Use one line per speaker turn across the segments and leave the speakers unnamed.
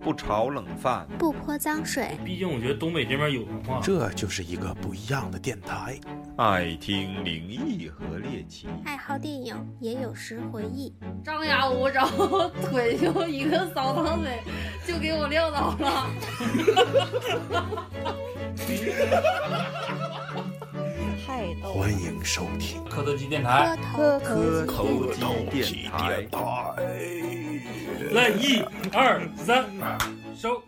不炒冷饭，
不泼脏水，
毕竟我觉得东北这边有文化。
这就是一个不一样的电台。
爱听灵异和猎奇。
爱好电影，也有时回忆。
张牙舞爪， 腿就一个扫堂腿就给我撂倒了。
太逗了
欢。迎收听
磕头机电
磕
台，
头
磕
头机电台。
来一二三，收。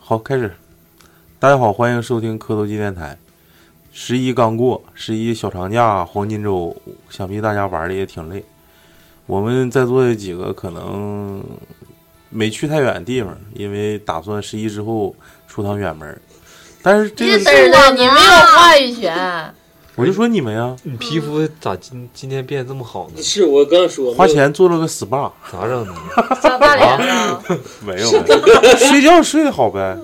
好，开始。大家好，欢迎收听磕头机电台。十一刚过，十一小长假黄金周，想必大家玩的也挺累。我们在座的几个可能没去太远的地方，因为打算十一之后出趟远门儿。但是这
真
个，
是的，你没有话语权。
我就说你们呀，
你皮肤咋今今天变得这么好 呢？
是我刚说
花钱做了个 SPA，
咋整的？
小大啊脸呢？
没有，没有 睡觉睡得好呗，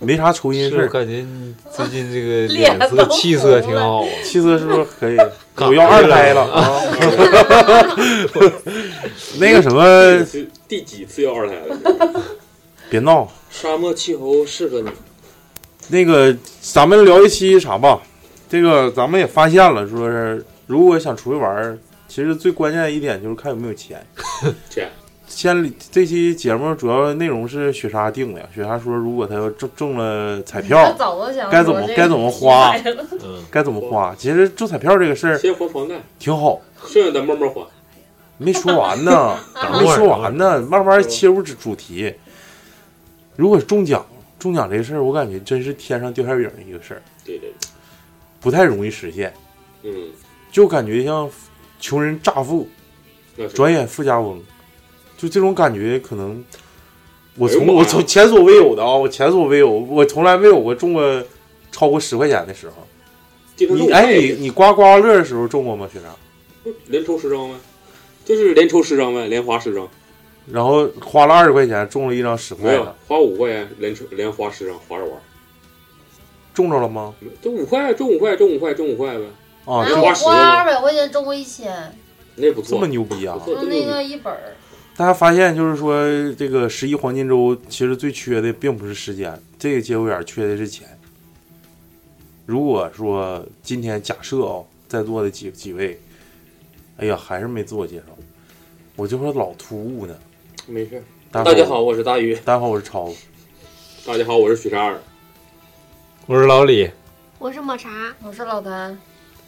没啥抽筋
是
事
我
儿。
感觉你最近这个
脸
脸
都
色气色挺好啊。
七哥是不是可以？我要二胎了啊！那个什么，
是第几次要二胎了？
别闹，
沙漠气候适合你，
那个咱们聊一期啥吧？这个咱们也发现了，说是如果想出去玩儿，其实最关键的一点就是看有没有钱。
姐。
先这期节目主要内容是雪莎定的，雪莎说如果她要中中了彩
我
票，
早都想
哦该怎么
说这个
该怎 么花
题材了
嗯，
该怎么花。其实中彩票这个事儿
先还房贷，
挺好，
剩下咱慢慢还。
没说完 呢，
等
没
会儿
说完呢，慢慢切入主主题。如果中奖，中奖这事儿，我感觉真是天上掉馅饼一个事儿，
对对，
不太容易实现，
对嗯，
就感觉像穷人乍富，
那是
转眼富家翁，就这种感觉，可能我
哎
从
呦妈呀
我从前所未有的啊，我前所未有，我从来没有过中过超过十块钱的时候。
这个
你哎，你你刮刮刮乐的时候中过吗，学长？
连抽十张呗，就是连抽十张呗，连花十张，
然后花了二十块钱中了一张十
没
块
有
的，
花五块钱，连抽连花十张，划着玩儿。
中着了吗？
没就五块，中五块，中五块，中五块呗，
啊，
哎
中
我
花十了
花二百块钱中过一千，
那不
这
错
么，牛逼啊
不！错，
中
真
那
牛逼。
个一本儿，
大家发现就是说，这个十一黄金周其实最缺的并不是时间，这个节骨眼儿缺的是钱。如果说今天假设啊、在座的几几位，哎呀，还是没自我介绍，我这会儿老突兀呢。
没事。
大
大家好，，我是大鱼。
大家好，我是超子。
大家好，我是许善二。
我是老李，
我是抹茶，
我是老谭，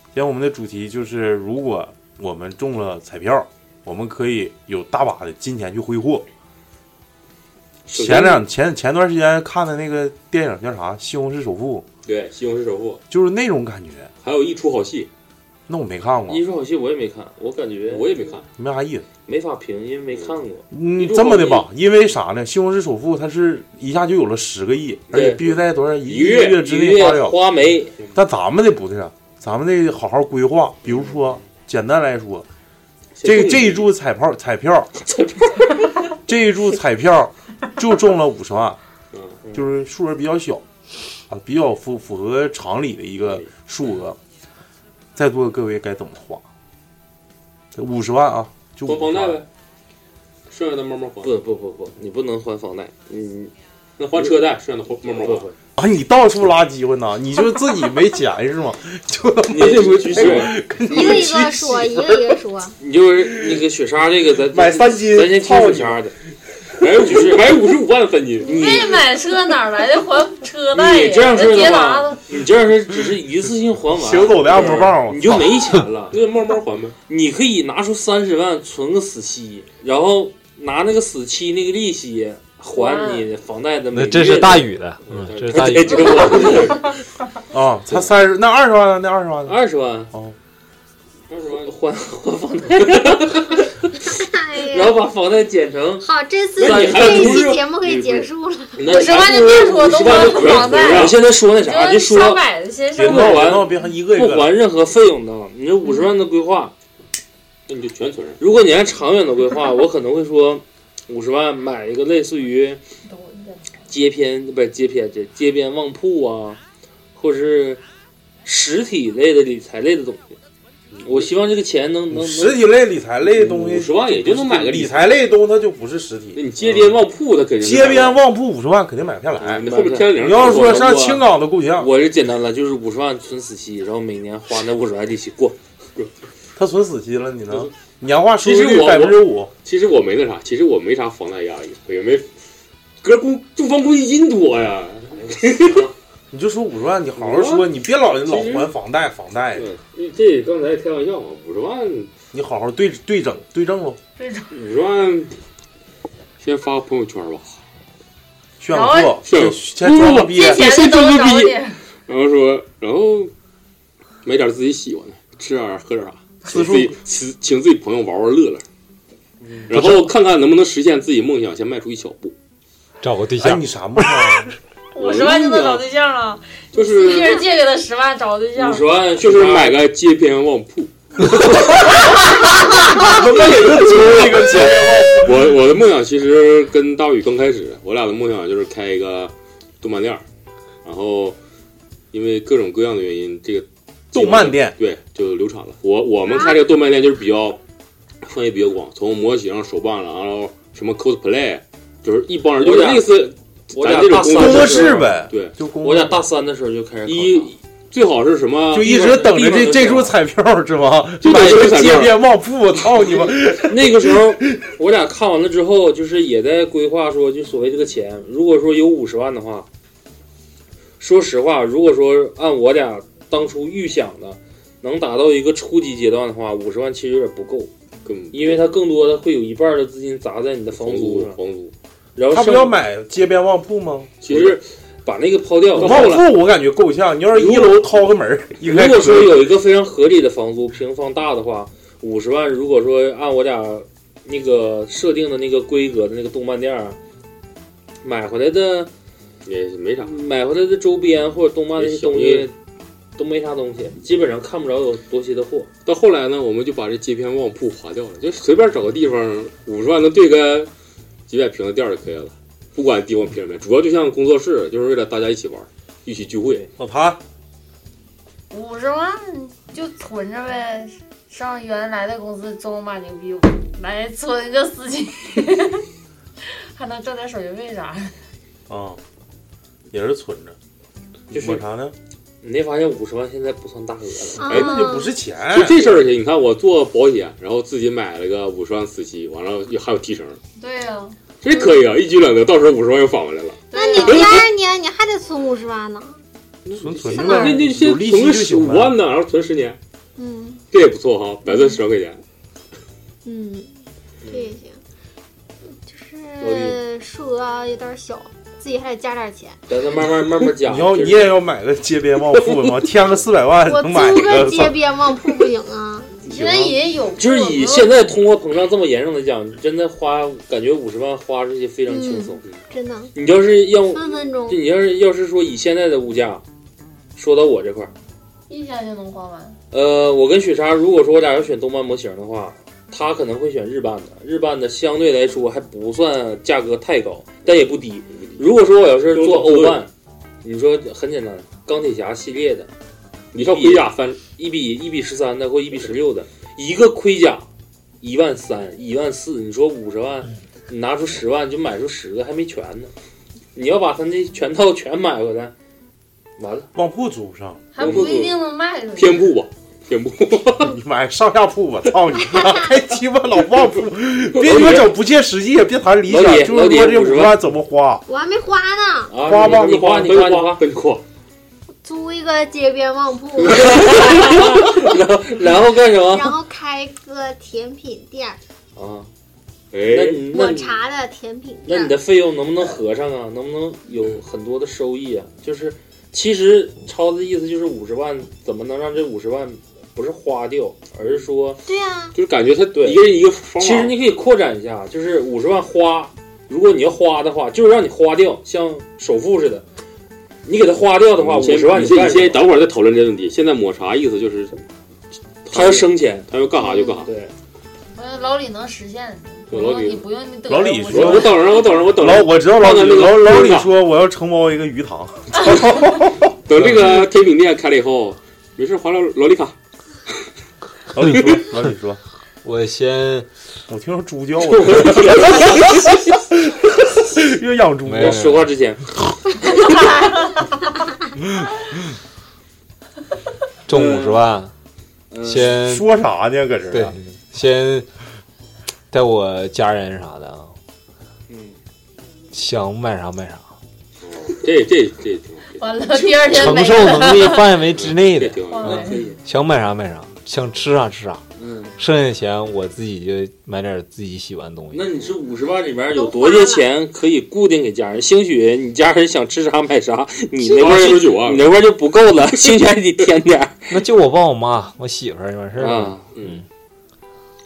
今天我们的主题就是，如果我们中了彩票，我们可以有大把的金钱去挥霍。
首先
前两前前段时间看的那个电影叫啥，《西红柿首富
对《西红柿首富》，》，
就是那种感觉。
还有一出好戏，
那我没看过，
一出好戏我也没看，我感觉
我也没看，
没啥意思。
没法评，因为没看过。
嗯
一，路
这么的吧，因为啥呢？《西红柿首富》它是一下就有了十个亿，而
对
且必须在多少一
一个月
之
一
内花
个月
掉。
花没，
但咱们的不是，啊咱们得好好规划。比如说，简单来说，这这一注彩票彩票，这一注彩票就中了五十万，
嗯，嗯
就是数额比较小啊，比较符符合常理的一个数额。在座的各位该怎么花？五十万啊，就
还房
50
贷
万
呗，剩下的慢慢还。
不不不不，你不能还房贷，你
那还车贷，剩下的还慢
不
慢
不
还。
不，
啊，你到处拉机会呢，你就自己没钱是吗？ 就他
你
妈
这
就
个局限，
一个一个说，一个一个说。
你就是那个雪莎这个，咱
买三斤
咱先听
泡
雪
你
莎的。
买五十买五十五万分金，
你
这买车哪来的还车贷呀？
你这样式的吧
捷达的
你这样是只是一次性还完，
行走的按摩棒，
你就没钱了。
那慢慢还呗。
你可以拿出三十万存个死期，然后拿那个死期那个利息还你房贷的每
那
个
这
月哎
是
的
大 宇的，嗯，这是大宇
哎，这。个 我
啊，才三十，那二十万呢？那二十万呢？
二十万，
哦，
还还房贷，然后把房贷减成
好，这次
那你还
这一
不
期
是
节目可以结束了。
那
十万就别说
五
都
十
不
万就是不
知道
要
房贷
我现在说那
啊
啥，就说
想买的先
别
上
闹
买。
完，
别一个一嗯
不还任何费用的，你这五十万的规划，那你就全存上。如果你按长远的规划，我可能会说，五十万买一个类似于街边不是街边这街边旺铺啊，或者是实体类的理财类的东西。我希望这个钱能能
实体类理财类的东西，
五十万也就能买个
理财类的东西，它就不是实体。啊
你街边旺铺它肯定
街边旺铺五十万肯定买不下来。
哎你后面天灵
你要说上青岛的够呛，
我是简单了，就是五十万存死期，然后每年花那五十万利息过。
他存死期了，你能年化收
其
益
实
率
我
百分之五，
其实我没那啥，其实我没啥房贷压力，我也没，哥公住房公积金多呀。
你就说五十万，你好好说，你别老老
其实
还房贷，房贷。
这刚才开玩笑嘛，五十万，
你好好对对整对症喽，
五十万，先发朋友圈吧，
炫富，
炫
先先装个逼，
先装个逼，
点
然后说，然后买点自己喜欢的，吃点儿喝点儿啥，请
次数
自己请请自己朋友玩玩乐乐，然后看看能不能实现自己梦想，先迈出一小步。
找个对
哎
象，哎你啥梦啊想？
五十万就能找对象了，
就是
一人借给他十万找个对象。
五十万就是买个街边旺铺。
我们也就租一个街边
我我的梦想其实跟大宇刚开始，我俩的梦想就是开一个动漫店儿，然后因为各种各样的原因，这个
动漫店
对就流产了。我我们开这个动漫店就是比较范围比较广，从模型、手办，然后什么 cosplay，就是一帮人就
我
是
俩
类似
我
咱
俩
这种
大三
工
的
作
时
室
候
对，
就
我俩大三的时候就开始
一最好是什么？
就一直等着这这出彩票是吗？
就
买
等
一
这
个
出彩票
街边旺铺，操你妈！
那个时候， 我俩看完了之后，就是也在规划说，就所谓这个钱，如果说有五十万的话，说实话，如果说按我俩当初预想的，能达到一个初级阶段的话，五十万其实有点不够，因为它更多的会有一半的资金砸在你的房租上，
房租，
然后
他不
剩
要买街边旺铺吗？
其实把那个抛掉，
旺铺我感觉够呛，你要是一楼掏个门儿，应
如
该
果说
可以
有一个非常合理的房租，平方大的话，五十万，如果说按我俩那个设定的那个规格的那个动漫店儿，买回来的
也没啥，
买回来的周边或者动漫那些东
也
西
行
都没啥东西，基本上看不着有多些的货。
到后来呢，我们就把这街边旺铺划掉了，就随便找个地方，五十万能对个几百平的店儿就可以了，不管地方平没，主要就像工作室，就是为了大家一起玩，一起聚会。
老谭，
五十万就存着呗，上原来的公司装把牛逼，来存一个司机，还能挣点手续费啥的。
啊，也是存着。
就是
抹啥呢？
你没发现五十万现在不算大额了？
哎那就
不是钱
就这事儿去，你看我做保险，然后自己买了个五十万死期，完了又还有提成，
对呀、
这可以啊，一举两得，到时候五十万又返回来了。
那你第二年哎你还得存五十万呢。
存存
着
那那先
有利息
存个
就
十
行
五
呗
万呢，然后存十年，
嗯
这也不错哈，白赚十万块钱。
嗯，这也行，
老
就是数额有点小，自己还得加点钱。
咱再慢慢慢慢加。
你要你也要买个街边旺铺 吗？添个四百万
我
能买
租
一
个
个？
街边旺铺不行啊？
人也有
就是以现在通货膨胀这么严重的讲，你真的花感觉五十万花出去非常轻松。
真的，
你要是要
分分钟
就 你要是要是说以现在的物价，说到我这块儿，
一天就能花完。
呃，我跟雪莎，如果说我俩要选动漫模型的话，她可能会选日漫的。日漫的相对来说还不算价格太高，但也不低。如果说我要是做欧漫，你说很简单，钢铁侠系列的，
你上盔甲翻
一比一比十三的或一比十六的，一个盔甲一万三、一万四，你说五十万，
嗯
你拿出十万就买出十个还没全呢。你要把他那全套全买回来，完了，
旺铺租不上，
还不一定能卖出去。
偏铺吧，偏铺，
你买上下铺吧，操你妈！还鸡巴老 旺铺，别鸡巴整不切实际，啊别谈理想
老，铁
就是说这
老铁
五
50
十万怎么花？
我还没花呢，
啊，
花吧，
你花你花你 花，
奔阔，
租一个街边旺铺，
然后干什么？
然后开个甜品店儿，
啊，那
哎，
你那
抹
你
茶的甜品
那
店
你
儿。
的费用能不能合上啊？能不能有很多的收益啊？就是其实超子的意思就是五十万怎么能让这五十万不是花掉，而是说
对呀、
就是感觉他
对
一个人一个方
法
其实你可以扩展一下，就是五十万花，如果你要花的话，就是让你花掉，像首付似的。你给他花掉的话，
你
五
先
十万
你
干
先你
什么
先等会儿再讨论这问题。现在抹茶意思就是，
他要生钱，嗯
他要干啥就干啥。
对，
我觉得呃老李能实现，
对老李
你不用你得
老李
我
说，
我等着我等着我等着
老我知道老
放在
李
那
老
个
老李
桌上
说我要承包一个鱼塘，
等这个呃甜品店开了以后，没事还老老李卡。
老李 说，老李说，
哎
我先，
我听说猪叫啊我， 又养猪
没有
说话之前，
中五十万，
嗯
先
说啥呢？搁这儿
对，
啊
先带我家人啥的啊，
嗯，
想买啥买啥，
这这这
完了第二天
承
没
受能力
了。
范围之内的，
好可以
想买啥买啥，想吃啥吃啥，
嗯，
剩下钱我自己就买点自己喜欢的东西。
那你这五十万里面有多些钱可以固定给家人？兴许你家人想吃啥买啥，你那块儿
89万
你那块儿就不够了，兴许还得添点儿。
那就我爸我妈我媳妇儿就完事儿
啊
了。，
嗯，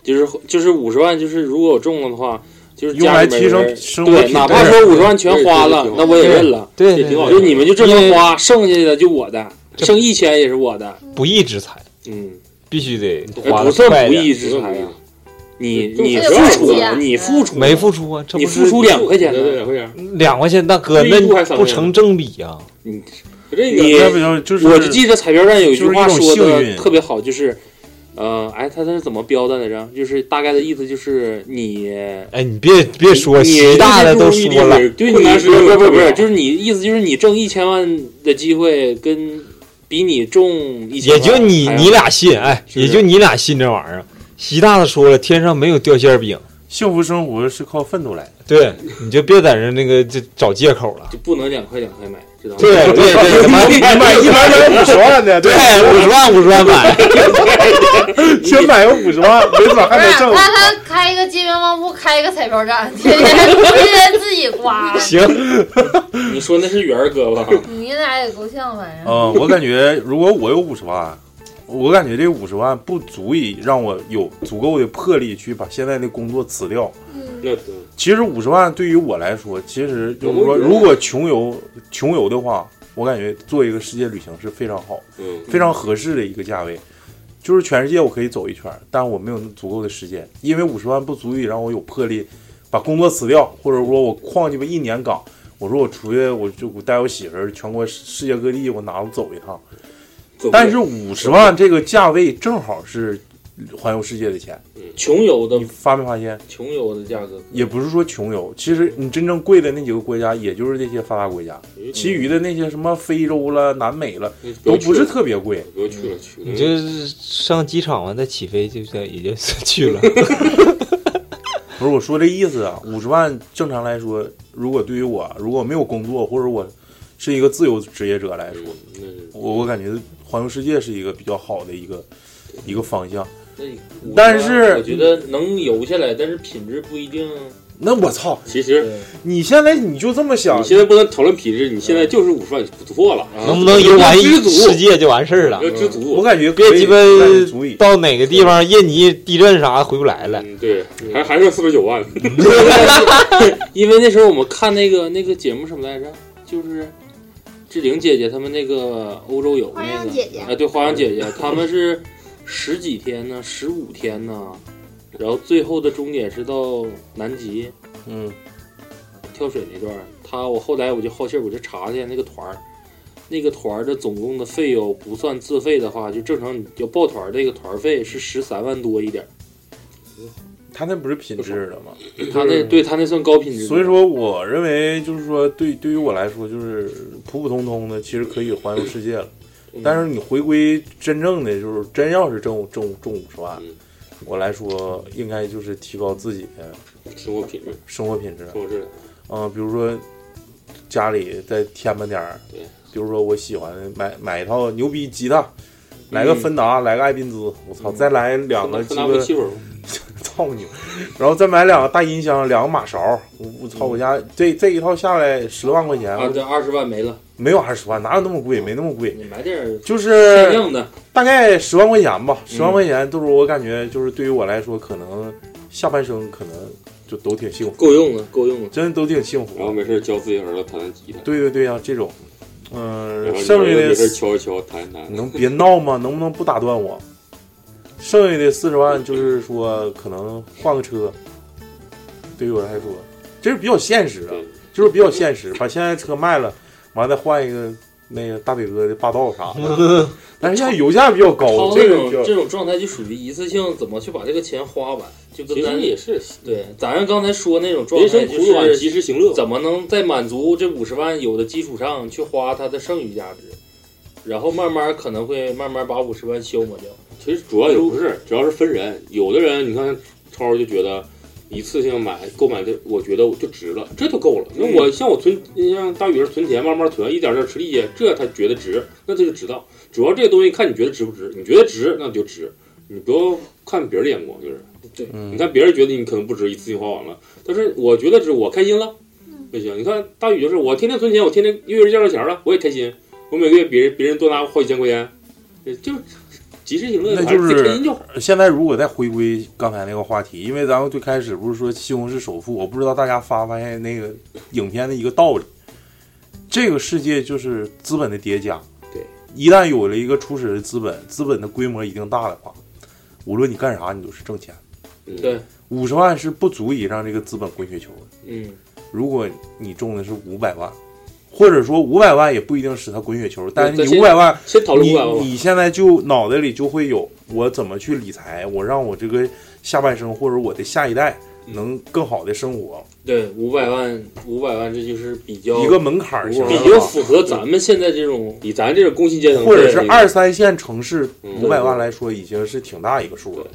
就是就是五十万，就是如果我中了的话，就是
用
家
来
里面
提升
人
生活
对，
品
哪
质
怕说五十万
对
全
对
花
对
了
挺，好
那我也认了。
对
这挺好
就你们就这么花，剩下的就我的，剩一千也是我的。
不义之财，
嗯，
必须得花
哎
的
不算
快
不
点
义之财啊！你
这
你
这
付出
这
了，你付出了
没付出啊？这
你
不
付
是
出两块钱
对对
呢，
啊两块钱，
两块钱，大哥，
这一
那
步还三块
不
钱
成正比啊！
你
这
你
那不行就是
我就记得彩票站有一句话
就是一
说
种幸
的
运
特别好，就是，呃，哎，他他是怎么标的来着？就是大概的意思就是你，
哎，你别别说，
你
习大的都说了，
对你
困难时
不是不是
刻
不是
不
不
了
是，就是你意思就是你挣一千万的机会跟比你中一千
也
万
就你
还要
你俩信，哎，
是
也就你俩信这玩意儿。习大的说了，天上没有掉馅儿饼，
幸福生活是靠奋斗来的。
对，你就别在这那个就找借口了。
就不能两块两块买，知道吗？
对对对，他妈
你买一百买五十万的，
对五十万五十万买，
先买个五十万，没准还
不
能
是，
挣。
那他开一个街边旺铺，开一个彩票站，天天天天自己刮，
行，
你说那是元儿哥吧？
你俩也够呛反正。
嗯，我感觉如果我有五十万，我感觉这五十万不足以让我有足够的魄力去把现在的工作辞掉。
那对
其实五十万对于我来说，其实就是说，
我觉得
如果穷游穷游的话，我感觉做一个世界旅行是非常好、
嗯
非常合适的一个价位。就是全世界我可以走一圈，但我没有足够的时间，因为五十万不足以让我有魄力把工作辞掉，或者说我旷鸡巴一年岗，我说我出去我就带我媳妇儿全国世界各地我哪都走一趟。
走不了
但是五十万这个价位正好是环游世界的钱，
穷游的
你发没发现？
穷游的价格，
也不是说穷游，其实你真正贵的那几个国家，也就是这些发达国家，其余的那些什么非洲了、南美了，都不是特别贵。
不要去了去了。
你就是上机场完再起飞，就这也就 去了。
不是我说这意思啊，五十万正常来说，如果对于我，如果没有工作，或者我是一个自由职业者来说，我我感觉环游世界是一个比较好的一个一个方向。
那你
但是
我觉得能游下来，但是品质不一定。
那我操，
其实
你现在你就这么想
你，现在不能讨论品质，你现在就是五十万不错了，
能不能游完一世界就完事儿了
要？知足，
我感觉可
别
以
鸡巴
但是足以
到哪个地方印尼地震啥回不来了。
嗯对，还还剩四十九万，
因为那时候我们看那个那个节目什么来着，就是志玲姐姐他们那个欧洲游
花
那
样
个，
姐姐
哎，对，花样姐姐，他们是十几天呢，十五天呢，然后最后的终点是到南极
嗯，
跳水那段儿。他我后来我就好奇儿，我就查了一下那个团儿，那个团儿的总共的费用不算自费的话，就正常你要报团儿那个团儿费是十三万多一点儿。
他那不是品质的吗？
他那对他那算高品质的，
所以说，我认为就是说，对对于我来说，就是普普通通的，其实可以环游世界了。
嗯
但是你回归真正的，就是真要是挣挣挣五十万，
嗯
我来说应该就是提高自己的
生活品质，
生活品质。
生活质量。
嗯、比如说家里再添吧点儿
对，
比如说我喜欢买买一套牛逼吉他，来个芬达，来个爱宾兹，我操，再来两个鸡
嗯芬
巴
达没气味儿，
操你妈！然后再买两个大音箱，两个马勺，我我操，我家这这一套下来十万块钱，
啊，这二十万没了，嗯
没有二十万，哪有那么贵？没那么贵。
你买点
就是
限量的，
大概十万块钱吧，十万
嗯
块钱都是我感觉，就是对于我来说，可能下半生可能就都挺幸福，
够用了，够用了，
真的都挺幸福。啊
然后没事教自己儿子弹弹吉他，
对对对呀、这种，嗯、
然后
剩下
没事
的
敲一敲，弹一弹。
能别闹吗？能不能不打断我？剩下的四十万就是说，可能换个车，对于我来说，这是比较现实的，就是比较现实。把现在车卖了，完了再换一个那个大腿哥的霸道啥的，但是现在油价比较高，
超
哦这
这
个
种
比较
这种状态就属于一次性怎么去把这个钱花完，就跟
其
咱
实也是
对，咱刚才说那种状态，
人生苦
啊
短及
时行乐，怎么能在满足这五十万有的基础上去花它的剩余价值，然后慢慢可能会慢慢把五十万消磨掉。
其实主要也不是，主要是分人。有的人你看超儿就觉得一次性买购买的，我觉得我就值了，这就够了。
嗯
那我像我存，像大宇是存钱，慢慢存，一点点吃力气，这他觉得值，那他就值到。主要这个东西看你觉得值不值，你觉得值那你就值，你不要看别人的眼光，就是
对
嗯
嗯
你看别人觉得你可能不值，一次性花完了，但是我觉得值，我开心了，那行。你看大宇就是我天天存钱，我天天月月赚着钱了，我也开心，我每个月别人别人多拿好几千块钱，这就及时行乐，
那就
反正自己开心就好。
是呃现在，如果再回归刚才那个话题，因为咱们最开始不是说西红柿首富，我不知道大家发没发现那个影片的一个道理，这个世界就是资本的叠加。
对，
一旦有了一个初始的资本，资本的规模一定大的话，无论你干啥，你都是挣钱。
对，
嗯
五十万是不足以让这个资本滚雪球的。
嗯，
如果你中的是五百万，或者说五百万也不一定使他滚雪球，但是
咱
你
先
五百万，
先讨论500万吧
你你现在就脑袋里就会有我怎么去理财，我让我这个下半生或者我的下一代能更好的生活。
对，五百万，五百万，这就是比较
一个门槛儿型
比较符合咱们现在这种，
以咱这个工薪阶
或者是二三线城市五百万来说，已经是挺大一个数了，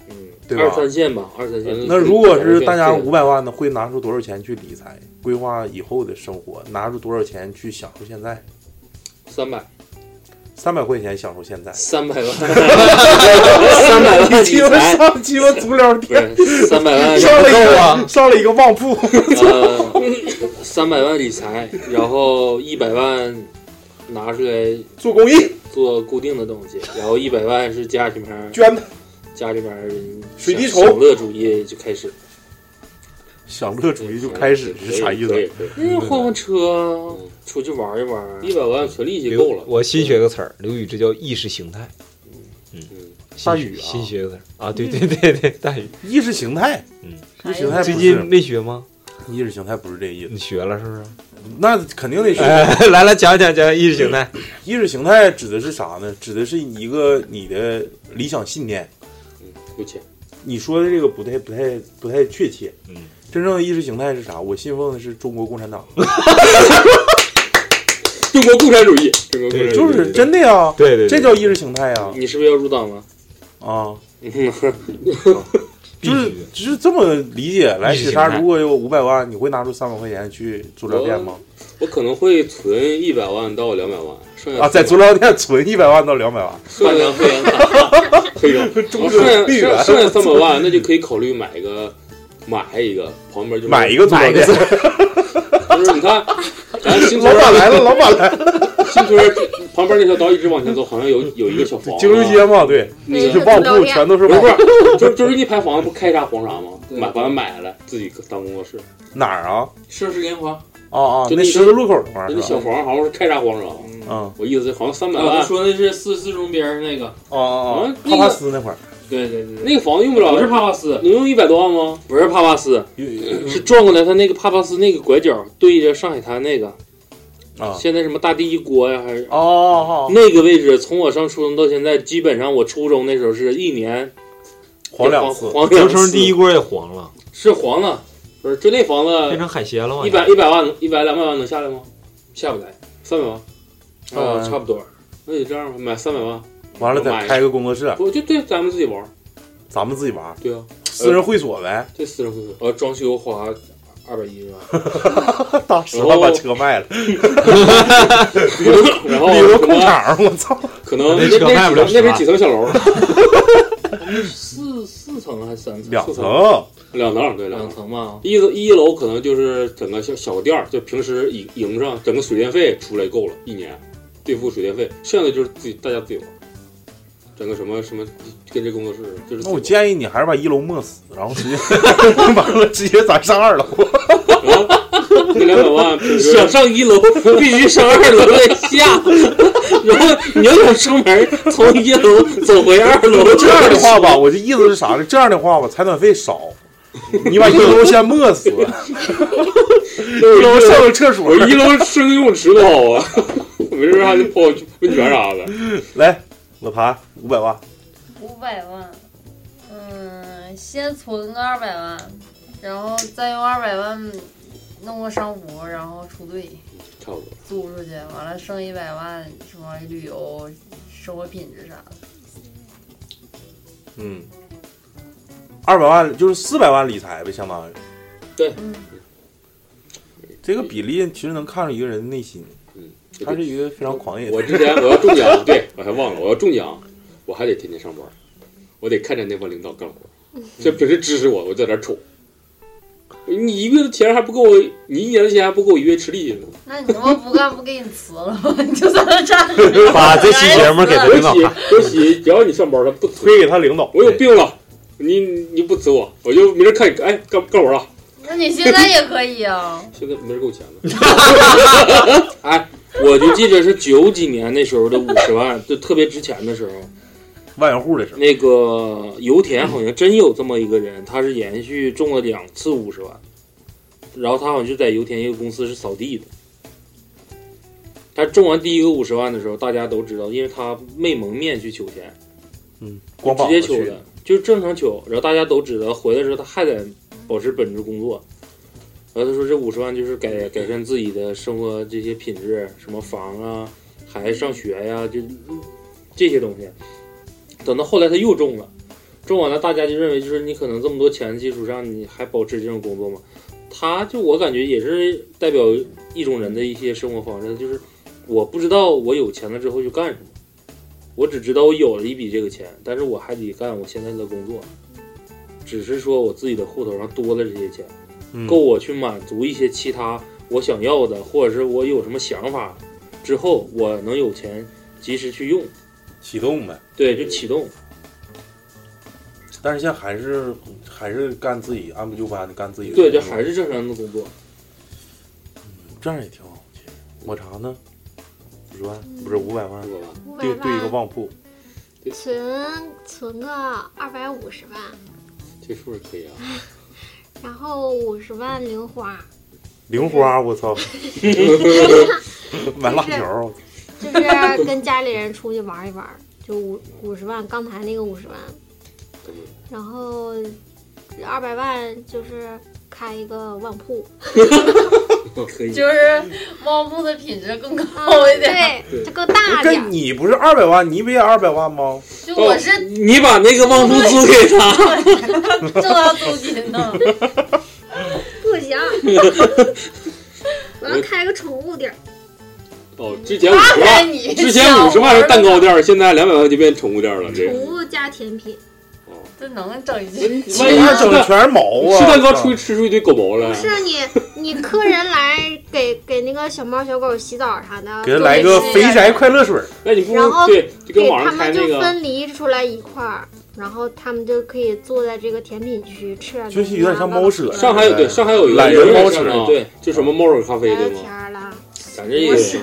对吧？
嗯二三线吧，二三线。
那如果是大家五百万呢，会拿出多少钱去理财，规划以后的生活？拿出多少钱去享受现在？
三百，
三百块钱享受现在，
三百 万，三百万
你
理
鸡巴
财，
上鸡巴足疗店，
三百 万
上了一
不
个、
够啊
上了一个旺铺，
呃，三百万理财，然后一百万拿出来
做公益，
做固定的东西，然后一百万是家里面
捐的，
家里面人
水滴筹
享乐主义就开始，
享乐主义就开始是啥意思？
那换换车，出去玩一玩，一百万存利息
刘我新学个词儿，刘宇，这叫意识形态。嗯，
大
新
宇啊
新学个词儿啊，对对对对，大宇
意识形态，
嗯，
意识形态
最
不
近
是
没学吗？
意识形态不是这意思，
你学了是不是？
那肯定得学。
哎 来来讲讲讲意识形态，
意识形态指的是啥呢？指的是一个你的理想信念。
有钱。
你说的这个不太不太不太确切。
嗯，
真正的意识形态是啥？我信奉的是中国共产党。
中国共产主义，
中国
共产主义
就是真的呀。
对嗯对对
这叫意识形态呀。
你是不是要入党 了？
啊，就是就是这么理解来
意识
雪
形
莎，
态
如果有五百万，你会拿出三百块钱去足疗店吗？
我可能会存一百万到两百万，剩
哦
下
啊，在足疗店存一百万到两百万，
剩下会 员卡，
哎
可以用。然后剩下剩下剩下三百万，那就可以考虑买一个买一个旁边就是
买一个足疗
买一
店
个。就是你看， 咱新
老
村
板来了， 老板来了，
新村旁边那条道一直往前走，好 像有有一个小房。
金融街嘛，对，
那个
就旺铺全都是
不是
旺
不
铺。
是，就是就是一排房子不开啥黄啥吗？买完买了自己当工作室，
哪儿啊？
涉事莲花。
哦哦，
就
那
那
十字路口那块儿
就是那
吧？
小黄好像是开啥黄啥，
嗯，
我意思好像三百
啊我
万。
说的是四四中边儿那个，
哦哦
哦
帕帕斯那块儿，
对对对，
那个房子用不了，
不是帕帕斯，
能用一百多万吗？
不是帕帕斯，是转过来他那个帕帕斯那个拐角对着上海滩那个，
啊
现在什么大地一锅呀，还是
哦哦
那个位置，从我上初中到现在，基本上我初中那时候是一年
黄两次
黄
刘
两
成
次，
第一锅也黄了，
是黄了，
不是，就那房子
变成海鲜了吗？
一百一百万，一百两百万能下来吗？
下不来，
三百万，哦
啊，差不多，
那就这样吧，买三百万，
完了再开个工作室，
不就对咱们自己玩儿，
咱们自己玩儿，
对啊，
私人会所呗。
这私人会所，
呃，装修 花二百一十万，
当时万把车卖了，
然后
旅游空场，我操！
可能那那 那几层那是几层小楼？
四四层还是三层？
两
四
层，
两层，对，
两
两
嗯
层 吧。
一楼一楼可能就是整个小小店儿，就平时营营上整个水电费出来够了，一年对付水电费，剩下的就是自己大家自己玩儿，整个什么什么跟这工作室就是
那我建议你还是把一楼没死，然后直接 把我直接咱上二楼。
这两百万平时
想上一楼必须上二楼再下，然后你要想出门从一楼走回二楼，
这样的话吧，我这意思是啥呢？这样的话吧，采暖费少，你把一楼先没死，一楼上个厕所，
我一楼生个游泳池多好啊， 没事儿还得泡温泉啥的。
来，老谭五百万，
五百万，嗯，先存个二百万，然后再用二百万弄个商服，然后出队
差不多。
租出去，完了剩一百万什么旅游、生活品质啥的。
嗯，二百万就是四百万理财呗，相当于
对，
这个比例其实能看出一个人的内心。他是一个非常狂野的人。
我之前我要中奖，对我还忘了，我要中奖，我还得天天上班，我得看着那帮领导干活。这
嗯
平时支持我，我在这儿瞅。你一个月的钱还不够我，你一年的钱还不够我一个月吃力气呢。
那你他妈不干不给你辞了吗？ 你就在那站着。
把
这期节目给他领导看
我洗，只要你上班，他
啊
不推
给他领导。
我有病了，你你不辞我，我就没人看你哎干干活了。
那你现在也可以啊。
现在没人给我钱了，
哎， 我就记着是九几年那时候的五十万，就特别值钱的时候，
万元户的时候。
那个油田好像真有这么一个人，他是连续中了两次五十万，然后他好像就在油田一个公司是扫地的。他中完第一个五十万的时候，大家都知道，因为他没蒙面去求钱，
嗯，光膀
直接
子
求
去
的，就是正常求。然后大家都知道，回来之后他还在保持本职工作。然后他说这五十万就是改改善自己的生活这些品质，什么房啊、孩子上学呀、就这些东西。等到后来他又中了，中完了大家就认为就是你可能这么多钱的基础上，你还保持这种工作吗？他就我感觉也是代表一种人的一些生活方式，就是我不知道我有钱了之后去干什么，我只知道我有了一笔这个钱，但是我还得干我现在的工作，只是说我自己的户头上多了这些钱，
嗯
够我去满足一些其他我想要的，或者是我有什么想法之后，我能有钱及时去用，
启动呗。
对，就启动。
但是现在还是还是干自己按部就班的干自己的
对，
工作。
就还是正常的工作。
这样也挺好。其实抹茶呢？五十万不是五百万？
万
对对，一个旺铺。
存存个二百五十万，
这数儿可以啊。
然后五十万零花，
零花，我操！买辣条，
就是跟家里人出去玩一玩，就五五十万，刚才那个五十万，
嗯
然后二百万就是开一个旺铺，
可以
就是猫步的品质更
哦
高
嗯
一点。
啊对，就更大
这你不是二百万，你不也二百万吗？
就我是
哦你把那个旺铺租给他，
挣到租金呢。
不 行，我要开个宠物店儿，
哦，之前五十
哎
万，之前五十万是蛋糕店儿，现在两百万就变宠物店儿了。这
宠物加甜品，
这能整一些？
万一
整的全是毛啊！
吃蛋糕出去吃出一堆狗毛来
不。是你，你客人来给给那个小猫小狗洗澡啥的，
给他来个肥宅快乐水儿。
那哎你不
然后
如对，就跟
给
网
他
上开
们
那
就
个，
分离出来一块儿，然后他们就可以坐在这个甜品区吃点东西啊，
就是有点像猫舍。
上海有对，上海有一个
懒人猫舍
啊
上海，对，就
嗯
什么猫耳咖啡对吗？
天啦，
咱这也
不是，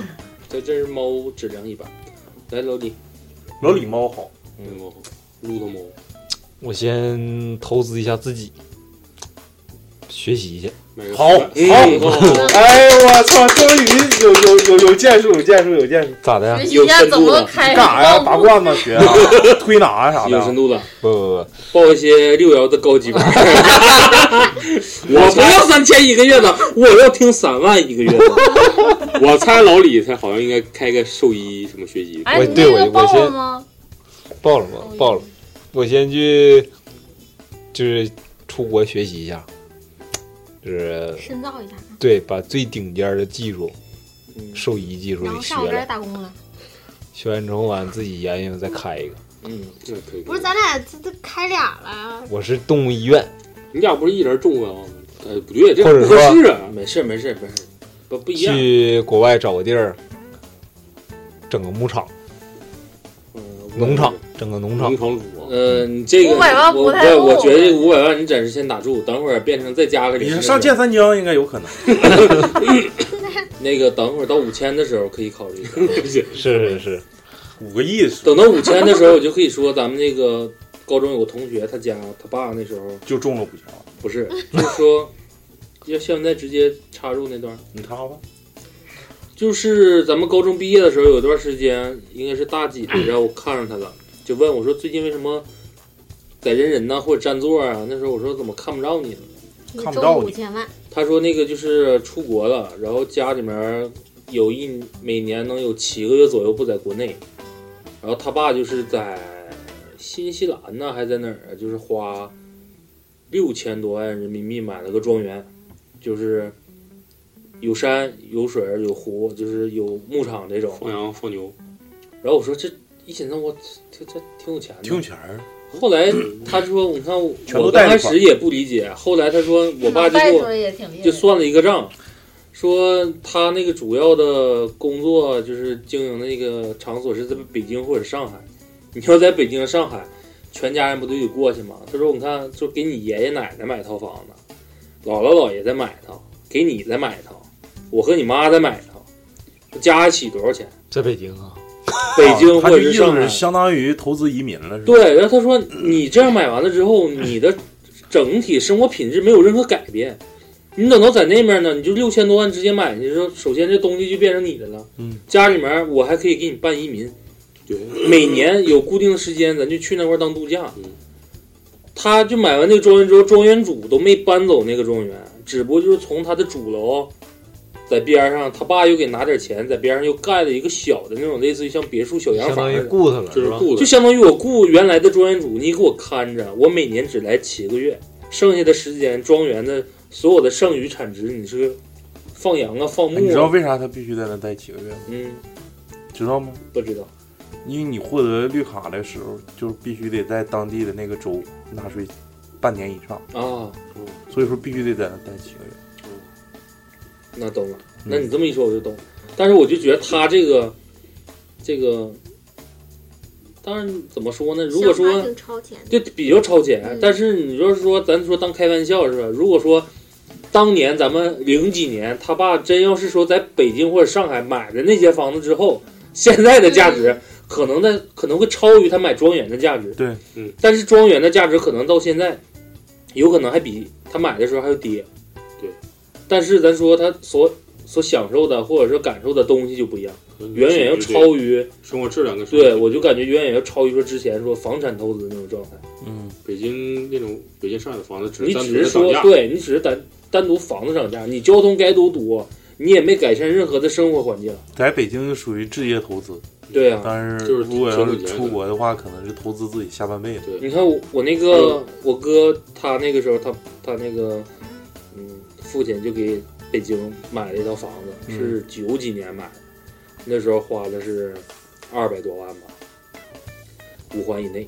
这真是猫质量一般。来，老李，
老李猫好，
嗯，
猫好，撸的猫。
我先投资一下自己，学习去。
好，好，哎，我操，终于有有有有建树，有建树，有建树，
咋
啊
的呀
学习一下怎么开
干啥呀？拔罐子学啊，推拿啊啥 的。
有深度的，
不不
报一些六爻的高 级班。我不要三千一个月的，我要听三万一个月的。
我猜老李他好像应该开个兽医什么学习。
哎，
我
你
对
那
我
个
我
报
先
了吗？
不，报了吗？报了。我先去，就是出国学习一下，就是
深造一下，
对，把最顶尖的技术，
嗯
兽医技术
然
给
后
学
上我这儿
了。
打工了。
学完之后，完自己研究再开一个。
嗯，
这可以。
不是，咱俩这这开俩了，
我是动物医院，
你俩不是一人中啊？哎，不对，这
或者
不合
说
适啊。没事没事没事，不不一样。
去国外找个地儿，整个牧场，农场，
呃
整个农场，
农场主。呃，你这个
500万不
我
太
我我
够
觉得这五百万你暂时先打住，等会儿变成再加个零。
你上剑三江应该有可能。
那个等会儿到五千的时候可以考虑一下。是
是是，
五个亿。
等到五千的时候，我就可以说咱们那个高中有个同学，他家他爸那时候
就中了五千万。
不 是，就是说要现在直接插入那段，
你插吧。
就是咱们高中毕业的时候，有段时间应该是大几来着，我看上他了，就问我说最近为什么在人人呐或者占座啊？那时候我说怎么看不着你呢？
你
看不
中
到
五
你
千万，
他说那个就是出国了，然后家里面有一每年能有七个月左右不在国内，然后他爸就是在新西兰呢，还在哪儿啊？就是花六千多万人民币买了个庄园，就是有山有水有湖，就是有牧场这种放羊放牛。然后我说这一寻思，我这这挺有钱的，
挺有钱儿。
后来他说，你看
全
我
都
刚
带着
开
款
始也不理解，后来他说我爸就
带
给
出
我
来也挺厉害的
就算了一个账，说他那个主要的工作就是经营的那个场所是在北京或者上海。你要在北京、上海，全家人不都得过去吗？他说：“你看，就给你爷爷奶奶买套房子，姥姥姥爷再买一套，给你再买一套，我和你妈再买一套，加起多少钱？
在北京啊，
北京或
他
者
就是意
上
思
海
是相当于投资移民了，是吧？
对，然后他说你这样买完了之后，你的整体生活品质没有任何改变。你等到在那面呢，你就六千多万直接买进去之后，首先这东西就变成你的了。
嗯，
家里面我还可以给你办移民，
对，
每年有固定的时间，咱就去那块儿当度假。他就买完那个庄园之后，庄园主都没搬走那个庄园，只不过就是从他的主楼，在边上，他爸又给拿点钱，在边上又盖了一个小的那种类似于像别墅小洋
相
房
当
似
于
的，
雇他了，
就是是
吧？
就相当于我雇原来的庄园主，你给我看着，我每年只来七个月，剩下的时间庄园的所有的剩余产值，你是放羊啊，放牧、啊。
哎你知道为啥他必须在那待几个月吗？
嗯，
知道吗？
不知道。
因为你获得绿卡的时候，就是必须得在当地的那个州纳税半年以上
啊，
所以说必须得在那待几个月。
那懂了。
嗯
那你这么一说我就懂了，但是我就觉得他这个，这个，当然怎么说呢？如果
想
说
法挺超前的，
就比较超前。
嗯
但是你要是说，咱说当开玩笑是吧？如果说当年咱们零几年，他爸真要是说在北京或者上海买的那些房子之后，现在的价值可能在可能会超于他买庄园的价值。
对，
嗯，但是庄园的价值可能到现在，有可能还比他买的时候还要跌。对，但是咱说他所所享受的或者说感受的东西就嗯不一样，远远要超于
生活质量跟生活
对我就感觉远远要超于说之前说房产投资那种状态。
嗯，
北京那种北京上海的房子只
你
单
只
独
是
的涨
说
价，
对你只是单单独房子涨价，你交通该多多，你也没改善任何的生活环境。
在北京属于置业投资，
对啊
但是
就是
如果要
存
是
股钱
出国的话，可能是投资自己下半辈子。
你看我我那个
嗯
我哥他那个时候他他那个嗯父亲就给北京买了一套房子，
嗯
是九几年买的，那时候花的是二百多万吧，五环以内。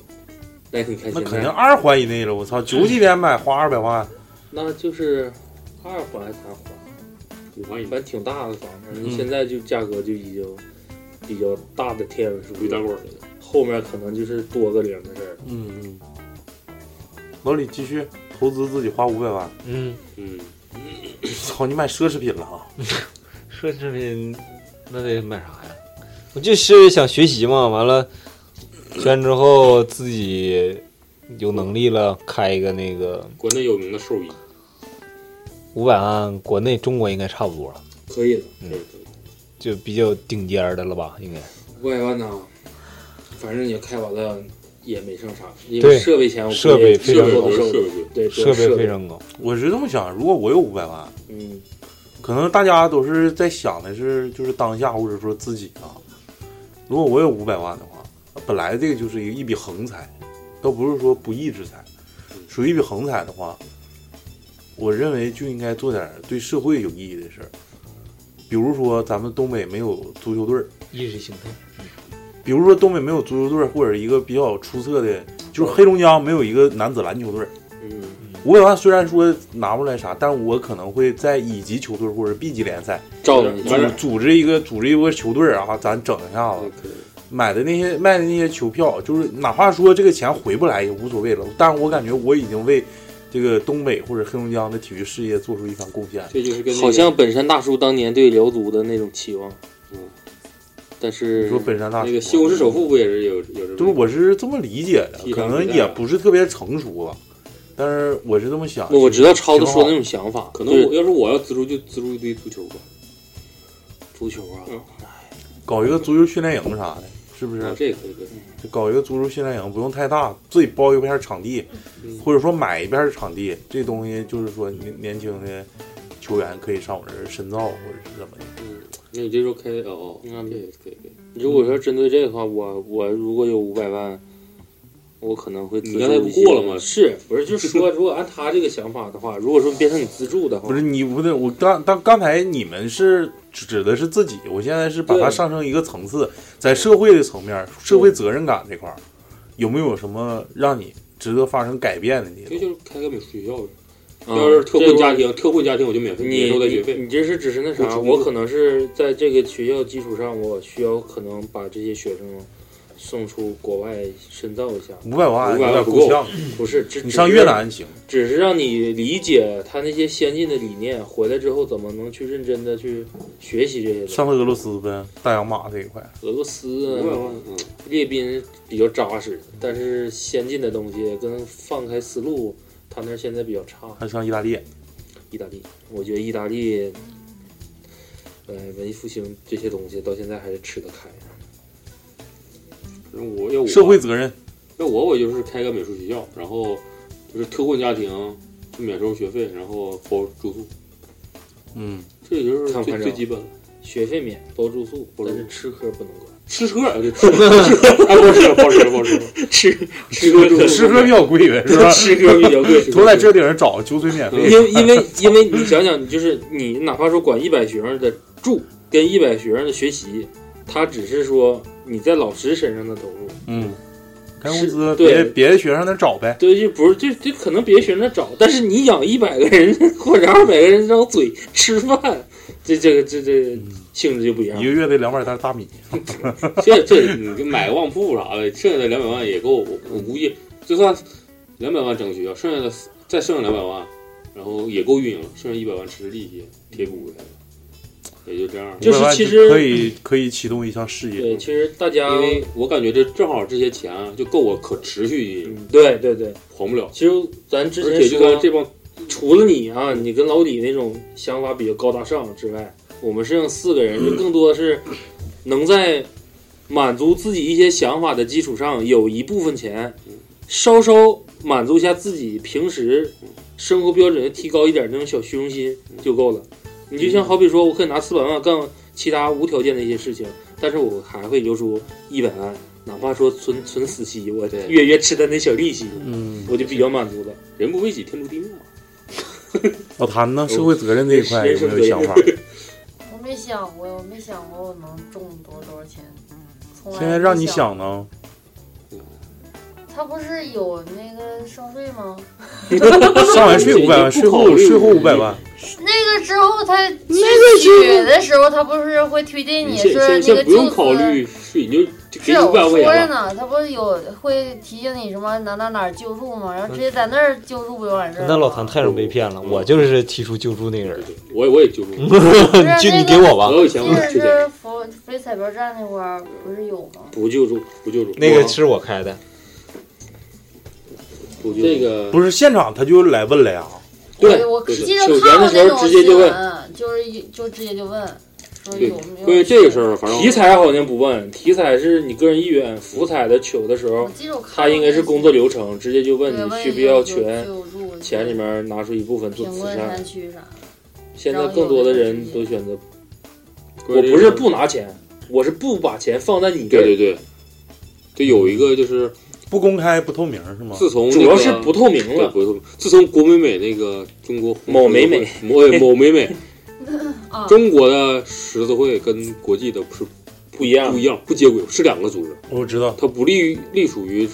那你啊看
那
现
肯
在
定二环以内了，我操，九几年买花二百万，
那就是二环还是三环？五环反正挺大的房子，
嗯
现在就价格就已经比较大的天文数字了。后面可能就是多个零的事儿。
嗯嗯。老李继续投资自己花五百万，
嗯
嗯，
操，你买奢侈品了啊？
奢侈品那得买啥呀？我就是想学习嘛，完了，学完之后自己有能力了，开一个那个
国内有名的兽医，
五百万，国内中国应该差不多了，
可以了，
嗯，就比较顶尖儿的了吧，应该。
五百万呢，反正也开完了，也没剩啥，因
对
为设备钱我估计
设备非常高
设备对主要设备
高。
我是这么想，如果我有五百万，
嗯，
可能大家都是在想的是就是当下或者说自己啊。如果我有五百万的话，本来这个就是一个一笔横财，倒不是说不义之财，属于一笔横财的话，我认为就应该做点对社会有意义的事儿，比如说咱们东北没有足球队儿，
意识形态，
比如说东北没有足球队，或者一个比较出色的，就是黑龙江没有一个男子篮球队，
嗯，
五百万虽然说拿不来啥，但我可能会在乙级球队或者 B 级联赛
照顾
组
你完事儿嗯
组织一个组织一个球队啊，咱整一下子。买的那些卖的那些球票，就是哪怕说这个钱回不来也无所谓了，但是我感觉我已经为这个东北或者黑龙江的体育事业做出一番贡献。
这就是好像本山大叔当年对辽足的那种期望，嗯，但是
你说本山大叔
那个西红柿首富不也是有有这
就
么
是我是这么理解的，
踢
可
上
能
比赛
也
了
不是特别成熟吧，但是我是这么想。
啊我知道
挺
超子说
好
那种想法，
可能
对
我要是我要资助就资助一堆足球吧，嗯
足球啊，
搞一个足球训练营啥的，是不是？
啊这个可以可以
就搞一个足球训练营，不用太大，自己包一片场地，
嗯
或者说买一片场地，这东西就是说年年轻的球员可以上我这儿深造，或者是怎么的。
那你这时候开哦，应该可以可以可以。如果说针对这个话，我我如果有五百万，我可能会资助
你刚才不
一些
过了吗
是不是？就是 说，如果按他这个想法的话，如果说变成你资助的话，
不是你不对，我刚当刚才你们是指指的是自己，我现在是把它
对
上升一个层次，在社会的层面，社会责任感这块儿，有没有什么让你值得发生改变的地方？
这就是开个美术学校呗。
嗯
要是特
这
困
块
家
儿
庭，特困家庭我就免费免
你
收他学
你
费。
你这是只是那
不
啥，
重
我
复
可能是在这个学校基础上，我需要可能把这些学生送出国外深造一下。
五百万
五百
有点
万不
够
够
呛，
不是，只
你上
只
越
是
南行
只是让你理解他那些先进的理念，回来之后怎么能去认真的去学习这些东西。
上趟俄罗斯呗，大洋马这一块。
俄罗斯啊
五百万嗯
列宾比较扎实，但是先进的东西跟放开思路，他那儿现在比较差。
还上意大利，
意大利，我觉得意大利，呃，文艺复兴这些东西到现在还是吃得开。
我要我
社会责任，
那我我就是开个美术学校，然后就是特困家庭就免收学费，然后包住宿，
嗯，
这也就是
看
最
看
最基本了。
学费免，包住宿，但是吃喝不能管。
吃喝啊，对，吃喝，吃喝哎不吃不吃不吃，
吃
吃喝住宿
吃喝比较贵呗，是吧？
吃喝比较贵
都在这顶上找酒水免费，
因为因为因为你想想，就是你哪怕说管一百学生的住跟一百学生的学习，他只是说你在老师身上的投入，
嗯，开工资
是
别
对
别的学生那找呗。
对，就不是这这可能别的学生找，但是你养一百个人 或者二百个人张嘴吃饭，这这个这这性质就不一样
一。个月得两百袋大米，
这这你就买个旺铺啥的，剩下的两百万也够。我我估计就算两百万整个学校，剩下的再剩下两百万，然后也够运营了，剩下一百万吃利息贴补啥的，也就这样了。
就是其实
500万可以可以启动一项事业。
对，其实大家
因为我感觉这正好这些钱啊就够我可持续
嗯
运营，
对对对，
还不了。
其实咱之
而
前
且就
说
算这帮
除了你啊，你跟老李那种想法比较高大上之外，我们实际上四个人就更多的是能在满足自己一些想法的基础上，有一部分钱稍稍满足一下自己平时生活标准提高一点那种小虚荣心就够了。你就像好比说，我可以拿四百万干其他无条件的一些事情，但是我还会留出一百万，哪怕说存存死息，我月月吃的那小利息，
嗯
我就比较满足了。
人不为己，天诛地灭。
老谭呢，社会责任这一块有没有想法？
我没想过，我没想过我能中多多少钱，从来
现在
没
让你
想
想呢，
过，他不是有那个上税吗？
上完税五百万，
不
税
考
后
虑
税后五百万，
那个之后他去
个之后
取的时候，他不是会推荐
你
你
先
说
先
那个
先不用
就
考虑
是
税，你就就是给你五
啊我
百块
说着
钱吧。
呢，他不是有会提醒你什么哪哪哪儿救助吗？然后直接在那儿救助不就完事儿了
那
吗？
老谭太容易被骗了，我就是提出救助那个人。
我也我也救助，你
就你给我吧。
记得是福飞彩票站那块儿不是有吗？
不救助，不救助，
那个是我开的，
不
救助。这个
不是现场他就来问了呀。
对
我
对
记得
对
看过
有钱的时
那
候
种
直接就
新
问
闻，就是就直接就问，说
对
有没有
关于这个事
儿，反正
题材好像不问，题材是你个人意愿。福彩的取的时候
记得我，看
他应该是工作流程，直接就问
对
你
问
需不
一下
要
有
全
救助
钱里面拿出一部分做
贫
慈
困
善啊
山。区啥的？
现在
然后
更多的人都选择，我不是不拿钱，我是不把钱放在你这儿。
对对对，就有一个就是
不公开不透明是吗？
自从、
主要是不透明了
对不透明。自从郭美美那个中国
某美美
某哎某美 美，
啊，
中国的十字会跟国际的不是
不一样
不一样，不接轨，是两个组织。
我知道，
它不隶隶属于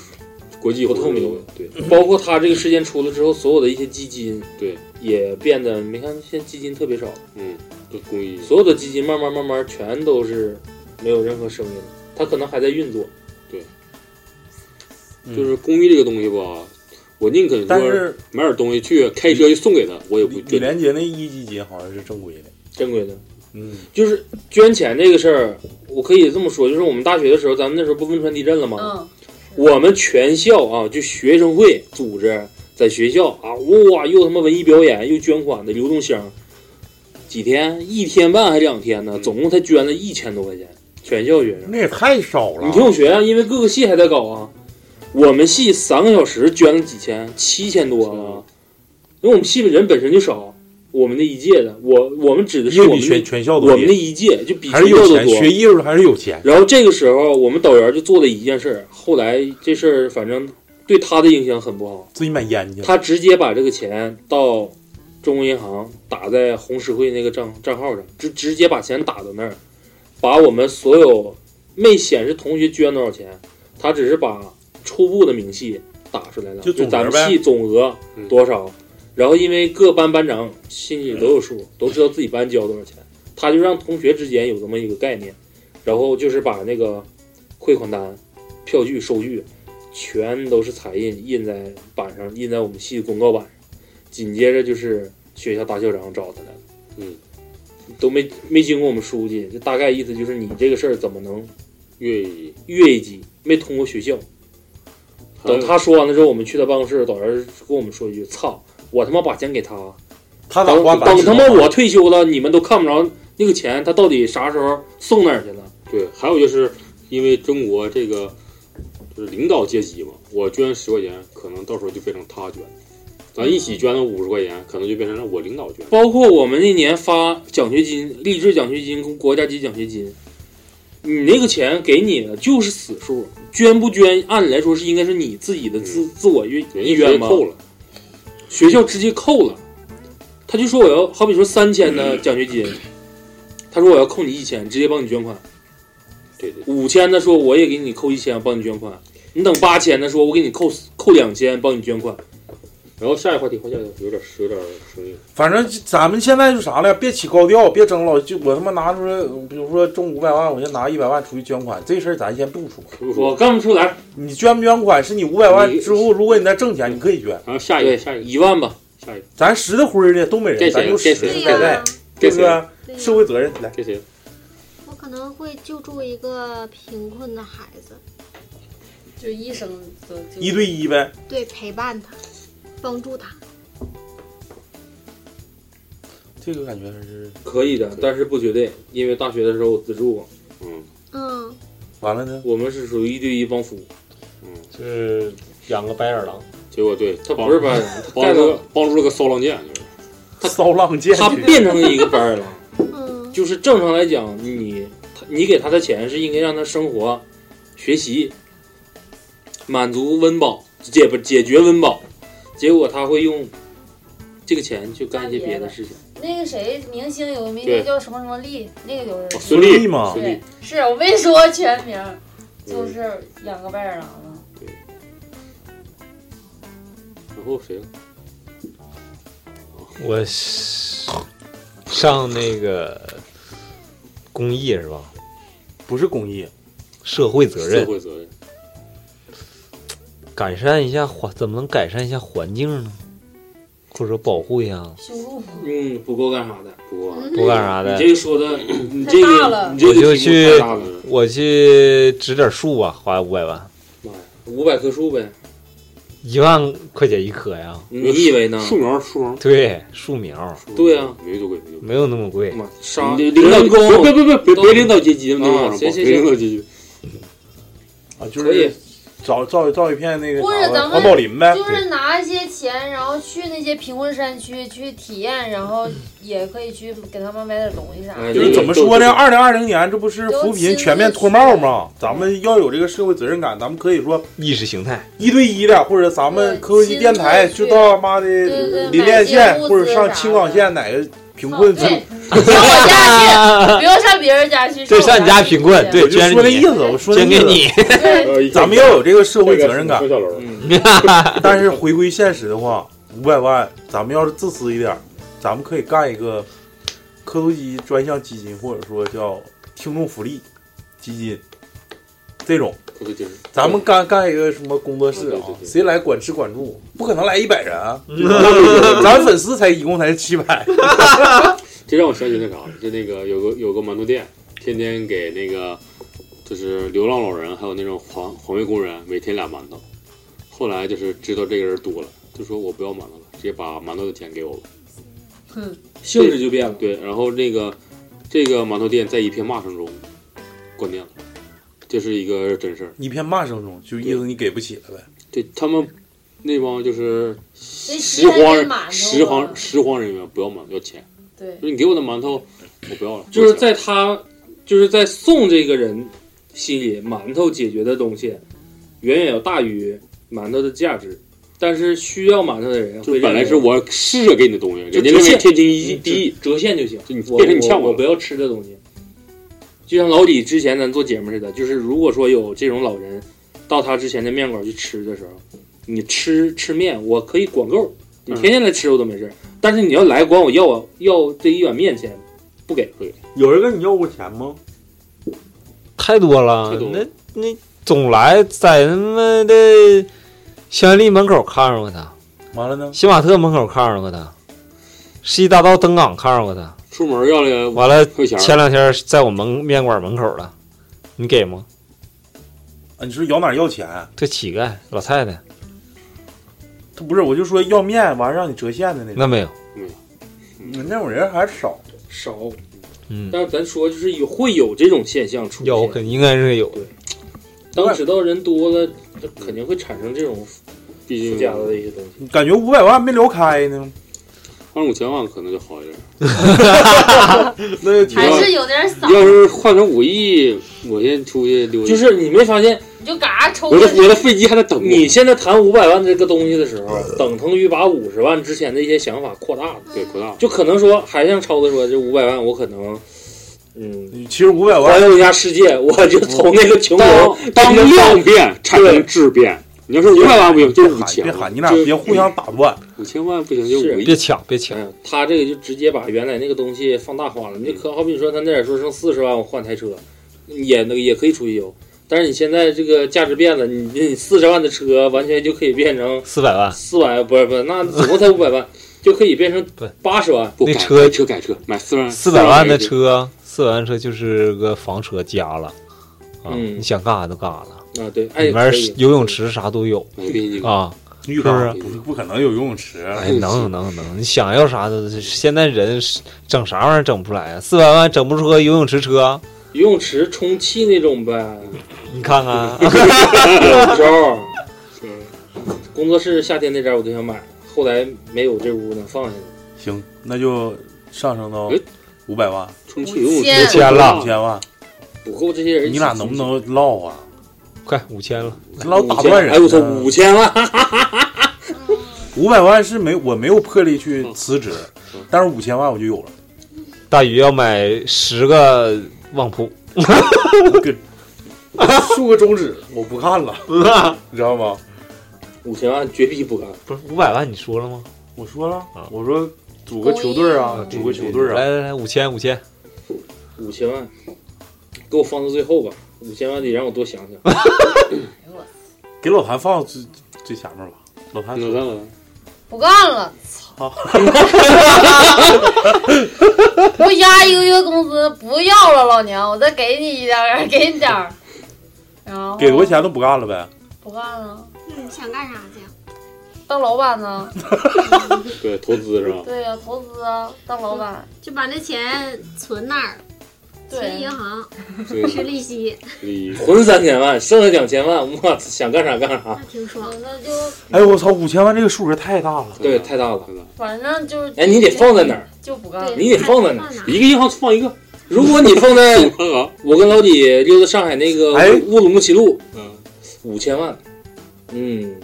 国际
不
活
透
动
明，嗯
对，
包括他这个事件出了之后，所有的一些基金，对，也变得没看现在基金特别少，
嗯，都公益，
所有的基金慢慢慢慢全都是没有任何声音了，它可能还在运作，
对，就是公益这个东西吧，我宁肯
但
说
是
买点东西去开车去送给他，我也不
李
捐。
连杰那一基金好像是正规的，
正规的。
嗯，
就是捐钱这个事儿，我可以这么说，就是我们大学的时候，咱们那时候不汶川地震了吗？
嗯，
我们全校啊，就学生会组织在学校啊，哇，又他妈文艺表演，又捐款的流动箱，几天，一天半还两天呢，总共才捐了一千多块钱，全校学生。
那也太少了。
你听我学啊，因为各个系还在搞啊。我们系三个小时捐了几千，七千多啊，因为我们系人本身就少，我们那一届的，我我们指的是
又
我
比
们
全
那
全校都
我们
低
那一届就比
还
全
是
校
有
都
钱，
多。
学艺术还是有钱。
然后这个时候，我们导员就做了一件事儿，后来这事儿反正对他的影响很不好，
自己买烟去了。
他直接把这个钱到中国银行打在红十会那个账账号上，直直接把钱打到那儿，把我们所有没显示同学捐多少钱，他只是把初步的明细打出来了，
就
就
总额
咱们
呗嗯
系总额多少。然后因为各班班长心里都有数，都知道自己班交多少钱，他就让同学之间有这么一个概念，然后就是把那个汇款单、票据、收据全都是彩印印在板上，印在我们系公告板上。紧接着就是学校大校长找他来了，
嗯，
都没没经过我们书记，就大概意思就是你这个事儿怎么能
越一
越一级，没通过学校。等他说完了之后，我们去他办公室，导员跟我们说一句：“操，我他妈把钱给他，
他
等
花白
等
痴
他妈
了
我退休了，你们都看不着那个钱，他到底啥时候送哪儿去了？”
对，还有就是因为中国这个就是领导阶级嘛，我捐十块钱，可能到时候就变成他捐，咱一起捐了五十块钱，可能就变成了我领导捐。
包括我们那年发奖学金、励志奖学金跟国家级奖学金，你那个钱给你的就是死数，捐不捐，按理来说是应该是你自己的自、自我意
嗯人
意
家直接
愿吧？
扣了，
学校直接扣了。他就说我要好比说三千
嗯
的奖学金，他说我要扣你一千，直接帮你捐款。
对对，
五千的说我也给你扣一千，帮你捐款。你等八千的说我给你扣扣两千，帮你捐款。
然后下一个话题，换下一个有点有点生硬。
反正咱们现在就啥了，别起高调，别整老就我他妈拿出来，比如说中五百万，我先拿一百万出去捐款，这事儿咱先不说。
我干不出来。
你捐不捐款是你五百万之后，如果你再挣钱，你可以捐。
然后下
一个，
下一个
一万吧，
下一个，
咱拾的灰儿的东北
该
人，
谁
咱就拾
该谁
该带，
该
对
谁
不对？社会责任来，
给谁？
我可能会救助一个贫困的孩子，
就医生就就
一对一呗。
对，陪伴他，帮助他。
这个感觉还是
可以的，但是不绝对，因为大学的时候我自助，嗯，
嗯，
完了呢，
我们是属于一对一帮扶，
嗯，
就是养个白眼狼，
结果对他
不是白眼 狼
他帮助帮助了个骚浪贱，就是
他 骚浪贱，
他变成了一个白眼狼。就是正常来讲，你他你给他的钱是应该让他生活、学习、满足温饱，解不解决温饱，结果他会用这个钱去干一些别的事情。
那个谁，明星有个明
对哦
星叫什么什么丽，那个有人、
孙俪孙俪
啊
嗯嘛
对，是我没说全名，就是养个白眼狼嘛。
然后谁了？
我是上那个公益是吧？
不是公益，
社会责任，
社会责任。
改善一下环，怎么能改善一下环境呢？或者说保护一下？
修路，
嗯，不够干啥的，
不够
不干啥的
你这个说的，你这
太
个
大了
你这
我
个
就
题目
去
太大了，
我去植点树吧，花五百万，
五百棵树呗，
一万块钱一棵呀。
你以为呢树苗
树苗
对树苗，
对啊，
没多贵，
没有那么贵。
啥
领导别别别别别领导阶级
啊
那往上报，
行行
别领
行
导阶级。
啊，就
可以
是找造造一片那个
或者
啥吧
咱
环保林呗
们，就是拿一些钱，然后去那些贫困山区去体验，然后也可以去给他们买点东西啥的。
就是怎么说呢？二零二零年这不是扶贫全面脱帽吗？咱们要有这个社会责任感，咱们可以说
意识形 态
一对一的，或者咱们科技电台
亲自
就
去
到妈的
对对
林甸县
买些物资
或者上
啥
青冈县哪个贫困村，
我家 去，不用上别人家去。
这
上
你家贫困
对
我就
捐给
说那
你
意思，我说那
捐给
意思
呃
咱们要有这个社会责任感。
嗯
嗯
但是回归现实的话，五百万，咱们要是自私一点儿，咱们可以干一个科图基专项基金，或者说叫听众福利基金，这种。咱们干干一个什么工作室啊？谁来管吃管住？不可能来一百人啊！ 咱粉丝才一共才七百，
这让我想起那啥了，就那个有个有个馒头店，天天给那个就是流浪老人，还有那种环环卫工人，每天俩馒头。后来就是知道这个人多了，就说我不要馒头了，直接把馒头的钱给我吧。
嗯，
性质就变了。对，然后那个这个馒头店在一片骂声中关店了，这是一个真事儿。
一片骂声中，就意思你给不起了呗。
对他们那帮就是
那
拾
实在
荒
是
人
馒头啊
拾荒拾荒人员不要馒头要钱，
对
就是你给我的馒头我不要了，
就是在他就是在送这个人心里，馒头解决的东西远远要大于馒头的价值，但是需要馒头的人
就
会
本来是我试着给你的东西，
就
人家
折
认为
现
天经一地义，
折现嗯就行。
就你
我
变成你欠
我，
我
我不要吃的东西。就像老李之前咱做节目似的，就是如果说有这种老人到他之前的面馆去吃的时候，你吃吃面，我可以管够，你天天来吃我都没事儿。但是你要来管我要啊要这一碗面钱，不给不给。
有人跟你要过钱吗？
太多了
太多，
那
了
那总来在他妈的香园丽门口看着过他，
完了呢，
新玛特门口看着过他，世纪大道登港看着过他，
出门要了
完了
块钱儿
前两天在我们面馆门口了，你给吗？
啊，你说咬哪儿要钱？
这乞丐老太太
他不是，我就说要面，完了让你折现的那种。
那没有，
嗯那种人还是少
少。
嗯，
但是咱说就是有会有这种现象出
有肯应该是有的，
当知道人多了，这肯定会产生这种附加的一些东西。
感觉五百万没聊开呢，
换五千万可能就好一点。
那
还是有点少。
要是换成五亿，我先出去溜达。
就是你没发现，
你就嘎抽
我
过
的
去
我的飞机还在等我
你现在谈五百万这个东西的时候，等同于把五十万之前的一些想法扩大了，
对扩大，
就可能说还像超子说，这五百万我可能。嗯，
其实五百
环游一下世界，我 就从那个穷游
当
变
量变产生质变。你要是五百万不行，就五千。
别喊你俩别互相打断。
五千万不行就五亿，
别抢别抢。
哎他这个就直接把原来那个东西放大化了。你
嗯
可好比说，咱那点说剩四十万，我换台车，也那个也可以出去游。但是你现在这个价值变了，你你四十万的车完全就可以变成
四百万，
四百，不是不是，那总共才五百 万，就可以变成八十万。
那车
车改车买四万
四百万的车，四百万车就是个房车加了，啊，
嗯
你想干啥都干啥了。
啊，对，哎，
里面
可以
游泳池啥都有
没变形
啊，
浴
是
缸
是？
不不可能有游泳池，
哎，能能能，你想要啥都。现在人是整啥玩意儿整不出来啊？四百万整不出个游泳池车，
游泳池充气那种 呗，
你看啊看
有招。工作室夏天那招我就想买，后来没有这屋能放下来。
行，那就上升到五百万，
充
气游泳池五千
五
了
千万，
不够这些人，
你俩能不能唠啊？
快五千了，
老打断人呢。
哎我操五千万，
五百万是没我没有魄力去辞职，但是五千万我就有了。
大宇要买十个旺铺，
竖个中指，我不看 了，你知道吗？
五千万绝逼不干。
不是五百万，你说了吗？
我说了，我说组个球队啊，组个球队啊。
来来来，五千五千，
五千万，给我放到最后吧。五千万得让我多想想。
给老谭放最最前面吧。嗯老谭，老
谭，
不干 了，
操！
我压一个月工资不要了，老娘，我再给你一点儿，给你点儿，然后
给多钱都不干了呗。
不干了。
你嗯想干啥去？啊
当老 板呢？
对，投资是吧？
对呀、投资啊，当老板。
就把那钱存那儿，存银行
对，
吃利息，
混三千万，剩下两千万，我想干啥干 啥。
挺爽。
那就
哎呦我操，五千万这个数额太大了。
对，太大了。
反正就是，
哎你得放在哪儿？
就不干了。
你得放在哪儿？
一个银行放一个。
如果你放在我跟老李溜达上海那个
哎
乌鲁木齐路，
嗯
五千万，嗯，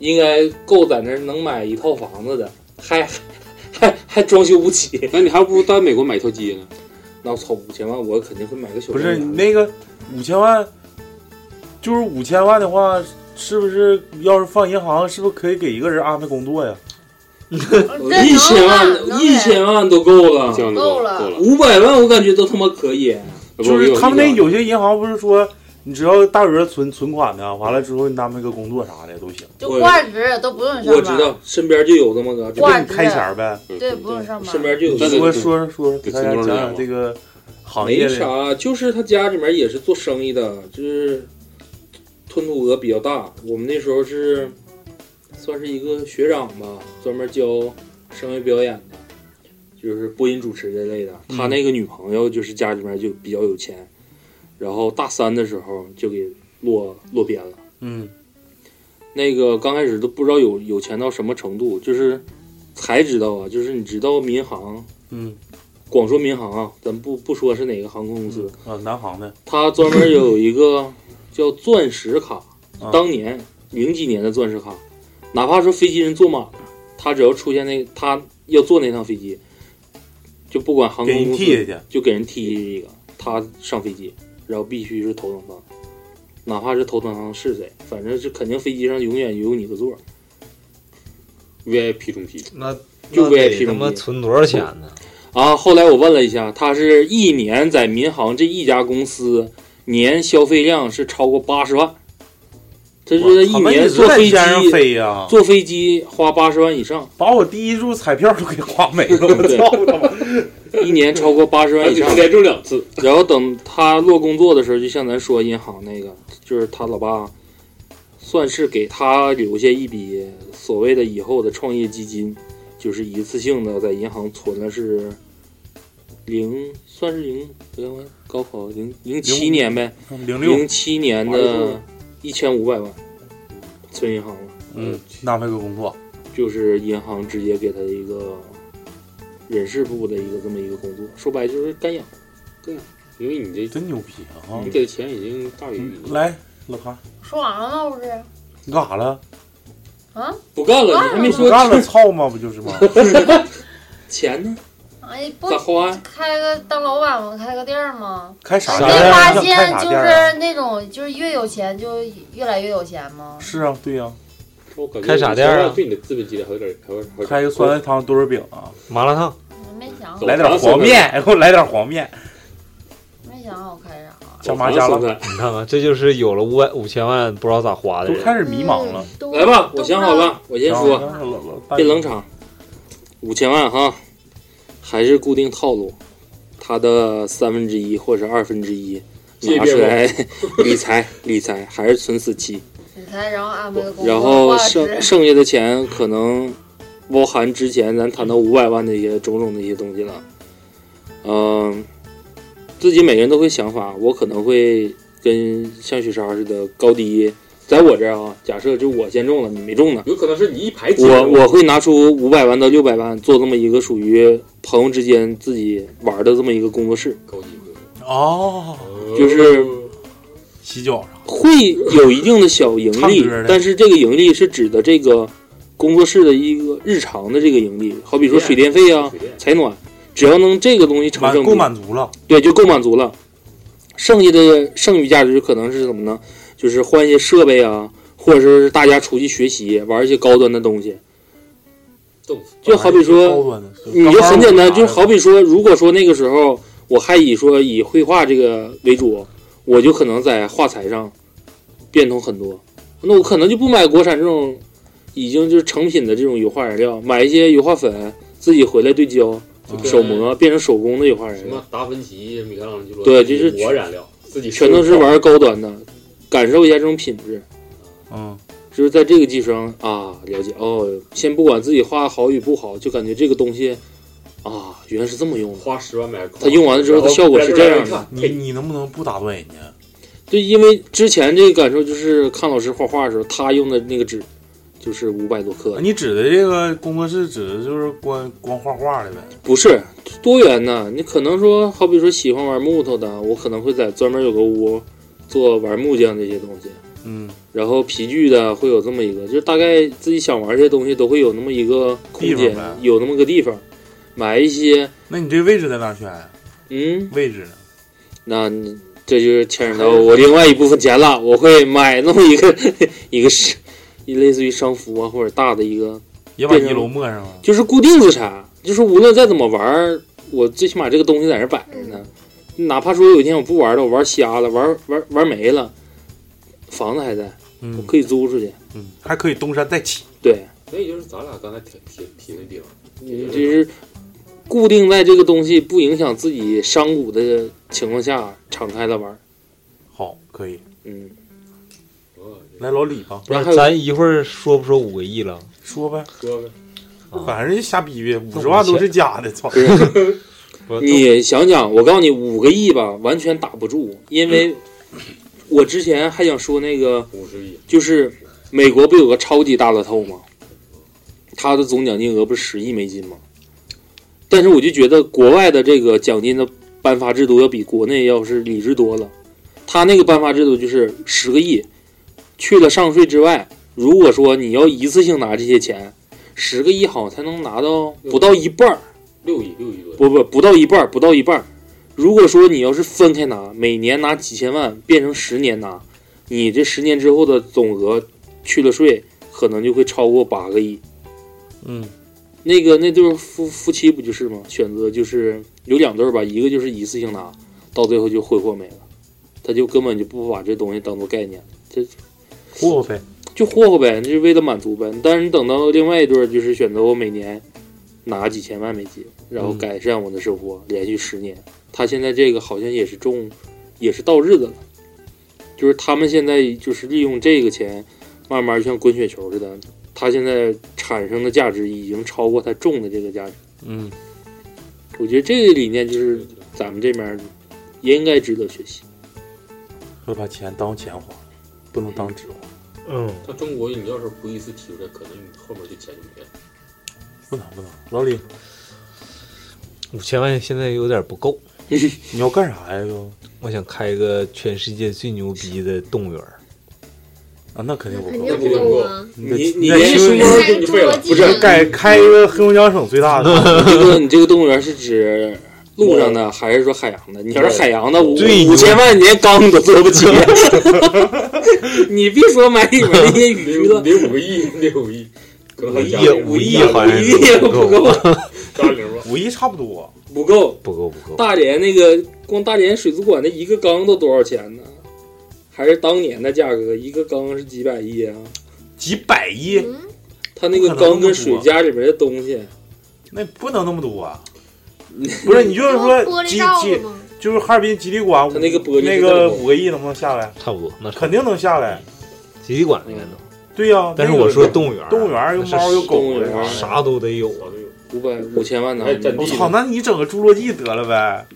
应该够在那儿能买一套房子的，还还还装修不起。
那你还不如到美国买一条街呢。
那我操，五千万我肯定会买个小。
不是你那个五千万，就是五千万的话，是不是要是放银行，是不是可以给一个人安排工作呀？
一千万，一千万都够了，
够了够了
五百万我感觉都他妈可以。
就是他们那有些银行不是说，你只要大额存存款呢，完了之后你安排个工作啥的都行。
就挂职都不用上班。
我知道，身边就有这么个，
就给你开
啊
钱儿呗。
对，不用上班。
身边就有。
你说说说，给大家讲讲这个行业
没啥，就是他家里面也是做生意的，就是吞吐额比较大。我们那时候是算是一个学长吧，专门教声乐表演的，就是播音主持这类的。
嗯
他那个女朋友就是家里面就比较有钱，然后大三的时候就给落落边了。
嗯，
那个刚开始都不知道有有钱到什么程度，就是才知道啊，就是你知道民航，
嗯，
光说民航啊，咱不不说是哪个航空公司，
啊，南航的，
它专门有一个 叫钻石卡
啊，
当年零几年的钻石卡，哪怕说飞机人坐满了，他只要出现那他要坐那趟飞机，就不管航空公
给人踢下
司
去
就给人踢一个，他上飞机，然后必须是头等舱，哪怕是头等舱是谁，反正是肯定飞机上永远有你个座。
VIP 中 P，
那
就
那得
VIP
他
中
妈
介
存多少钱呢？
啊，后来我问了一下，他是一年在民航这一家公司年消费量是超过八十万，这
哇
是一
他们也
年
是
坐
在
飞机
天上飞呀
坐飞机花八十万以上，
把我第一注彩票都给花没了，我
对
操他妈！
一年超过八十万以上，
连中两次。
然后等他落工作的时候，就像咱说银行那个，就是他老爸，算是给他留下一笔所谓的以后的创业基金，就是一次性的在银行存了是零，算是零，零完高考零零七年呗，
零六
零七年的一千五百万存银行了，
嗯，安排个工作，
就是银行直接给他一个人事部的一个这么一个工作，说白了就是干养。
对，因为你这
真牛逼啊！
你给的钱已经大于
嗯
来，老潘，
说完了啊吗？不是
你干啥了？
啊？
不干了，你还没说
干了，操吗？不就是吗？
钱呢？
哎，不
咋花
开个当老板吗？开个店儿吗？
开啥
没
店儿啊
发
想开
现
啥
就
店儿啊
是那种，就是越有钱就越来越有钱吗？
是啊，对呀，
我感觉
开啥店儿啊
对你的资本积累还有点，还有还有
开个酸菜汤多肉饼啊，
麻辣烫，
没想好，
来点黄面，给我来点黄面，
没想好开啥。
加麻加辣，
你看看，这就是有了五百五千万不知道咋花的人，
都开始迷茫了。
来吧，我想好了，我先
行行
说，别嗯冷场，五千万哈，还是固定套路，他的三分之一或者二分之一
借
拿
别
出
人
来 理财，理财还是存死期，
你猜，然后安排个工作，
然后
挂
剩
职
剩下的钱可能包含之前咱谈到五百万的一些种种的一些东西了。嗯、自己每个人都会想法，我可能会跟像雪莎似的高低，在我这儿啊，假设就我先中了，你没中呢，
有可能是你一排接
我我会拿出五百万到六百万做这么一个属于朋友之间自己玩的这么一个工作室，
哦，
就是
呃
洗脚
会有一定的小盈
唱
利
歌的，
但是这个盈利是指的这个工作室的一个日常的这个盈利，好比说水电费啊、采暖，只要能这个东西成正
满
比，
够满足了，
对，就够满足了。剩下的剩余价值可能是什么呢？就是换一些设备啊，或者说是大家出去学习，玩一些高端的东西。就
啊
好比
高
说
端的，
你就很简单，就是好比说，如果说那个时候我还以说以绘画这个为主，我就可能在画材上变通很多。那我可能就不买国产这种已经就是成品的这种油画燃料，买一些油画粉，自己回来对焦、
跟
手磨，变成手工的油画燃
啊什
料。
么达芬奇、米开朗基罗，
对，就是
我染料，自己
全都是玩高端的，感受一下这种品质。
嗯，
就是在这个基础上啊，了解哦。先不管自己画好与不好，就感觉这个东西啊，原来是这么用的。
花十万买个
它用完了之后，它效果是这样的。嗯
你你能不能不打断人家？啊
对，因为之前这个感受就是看老师画画的时候，他用的那个纸就是五百多克的，
你指的这个工作室指的就是光光画画的呗？
不是多元的。你可能说，好比说喜欢玩木头的，我可能会在专门有个屋做玩木匠这些东西。
嗯，
然后皮具的会有这么一个，就是大概自己想玩这些东西都会有那么一个空
地
间
方呗，
有那么个地方。买一些。
那你这位置在哪选呀、
嗯，
位置呢？
那你这就牵扯到我另外一部分钱了，我会买弄一个 一个是，一类似于商服啊或者大的一个，
也把一楼抹上啊了。
就是固定资产，就是无论再怎么玩儿，我最起码这个东西在那儿摆着呢。哪怕说有一天我不玩了，我玩瞎了，玩玩玩没了，房子还在，
嗯
我可以租出去。
嗯，还可以东山再起。
对，
那也就是咱俩刚才提提提那地方，
你嗯就是固定在这个东西不影响自己商贾的情况下敞开了玩儿。
好，可以。
嗯，
哦
来老李吧，
不是，咱一会儿说不说五个亿了？
说呗，
说呗，
反正瞎逼逼，五十万都是假的，操！
你想想，我告诉你，五个亿吧，完全打不住，因为
嗯
我之前还想说那个
五十亿，
就是美国不有个超级大乐透吗？它的总奖金额不是十亿美金吗？但是我就觉得国外的这个奖金的颁发制度要比国内要是理智多了。它那个颁发制度就是十个亿，去了上税之外，如果说你要一次性拿这些钱，十个亿好像才能拿到不到一半儿。
六亿六亿多，
不不不到一半儿，不到一半儿。如果说你要是分开拿，每年拿几千万，变成十年拿，你这十年之后的总额去了税，可能就会超过八个亿。
嗯，
那个那对夫夫妻不就是吗？选择就是有两对儿吧，一个就是一次性拿，到最后就挥霍没了，他就根本就不把这东西当做概念，这
霍霍呗，
就霍霍呗，就是为了满足呗。但是你等到另外一对儿，就是选择我每年拿几千万美金，然后改善我的生活，连续十年。他现在这个好像也是中，也是到日子了，就是他们现在就是利用这个钱，慢慢就像滚雪球似的，他现在产生的价值已经超过他中的这个价值。
嗯，
我觉得这个理念就是咱们这边儿也应该值得学习。
会把钱当钱花，不能当纸花。
嗯，
到中国你要是不一次提出来，可能你后面就钱就没了。
不能不能，老李，
五千万现在有点不够。
你要干啥呀？又？
我想开一个全世界最牛逼的动物园儿。
啊，那肯定不
肯定不够啊！
你
你
你
得
连熊猫
你
都你废了，不是？
改开一个黑龙江省最大的，
这个你这个动物园是指路上的还是说海洋的？你要是海洋的，五
对
五千万连缸都做不 起。你别说买里面那些鱼 了，
得五个亿， 得五亿，可能还加
亿
点
五亿
五
好像
亿也
是
不够，
加零吧。
五亿差不多。
不够。
不够不够。
大连那个光大连水族馆的一个缸都多少钱呢？还是当年的价格，一个缸是几百亿啊！
几百亿，
它那个缸跟水家里面的东西，
那不能那么多、啊。不是，你就是说
玻璃
几
罩子
几，
吗？
就是哈尔滨吉利馆，
它那个玻璃
那个五个亿能不能下来？
差不多，那差不多
肯定能下来。
体育馆应该能。
对呀、
但是
那个
我说动物园儿啊，
动物园儿有
那是
猫有狗
动物园
的
儿
啥
啥都得有啊。
五百五千万呢
哎，真
我
地
操，哦那你整个侏罗纪得了呗？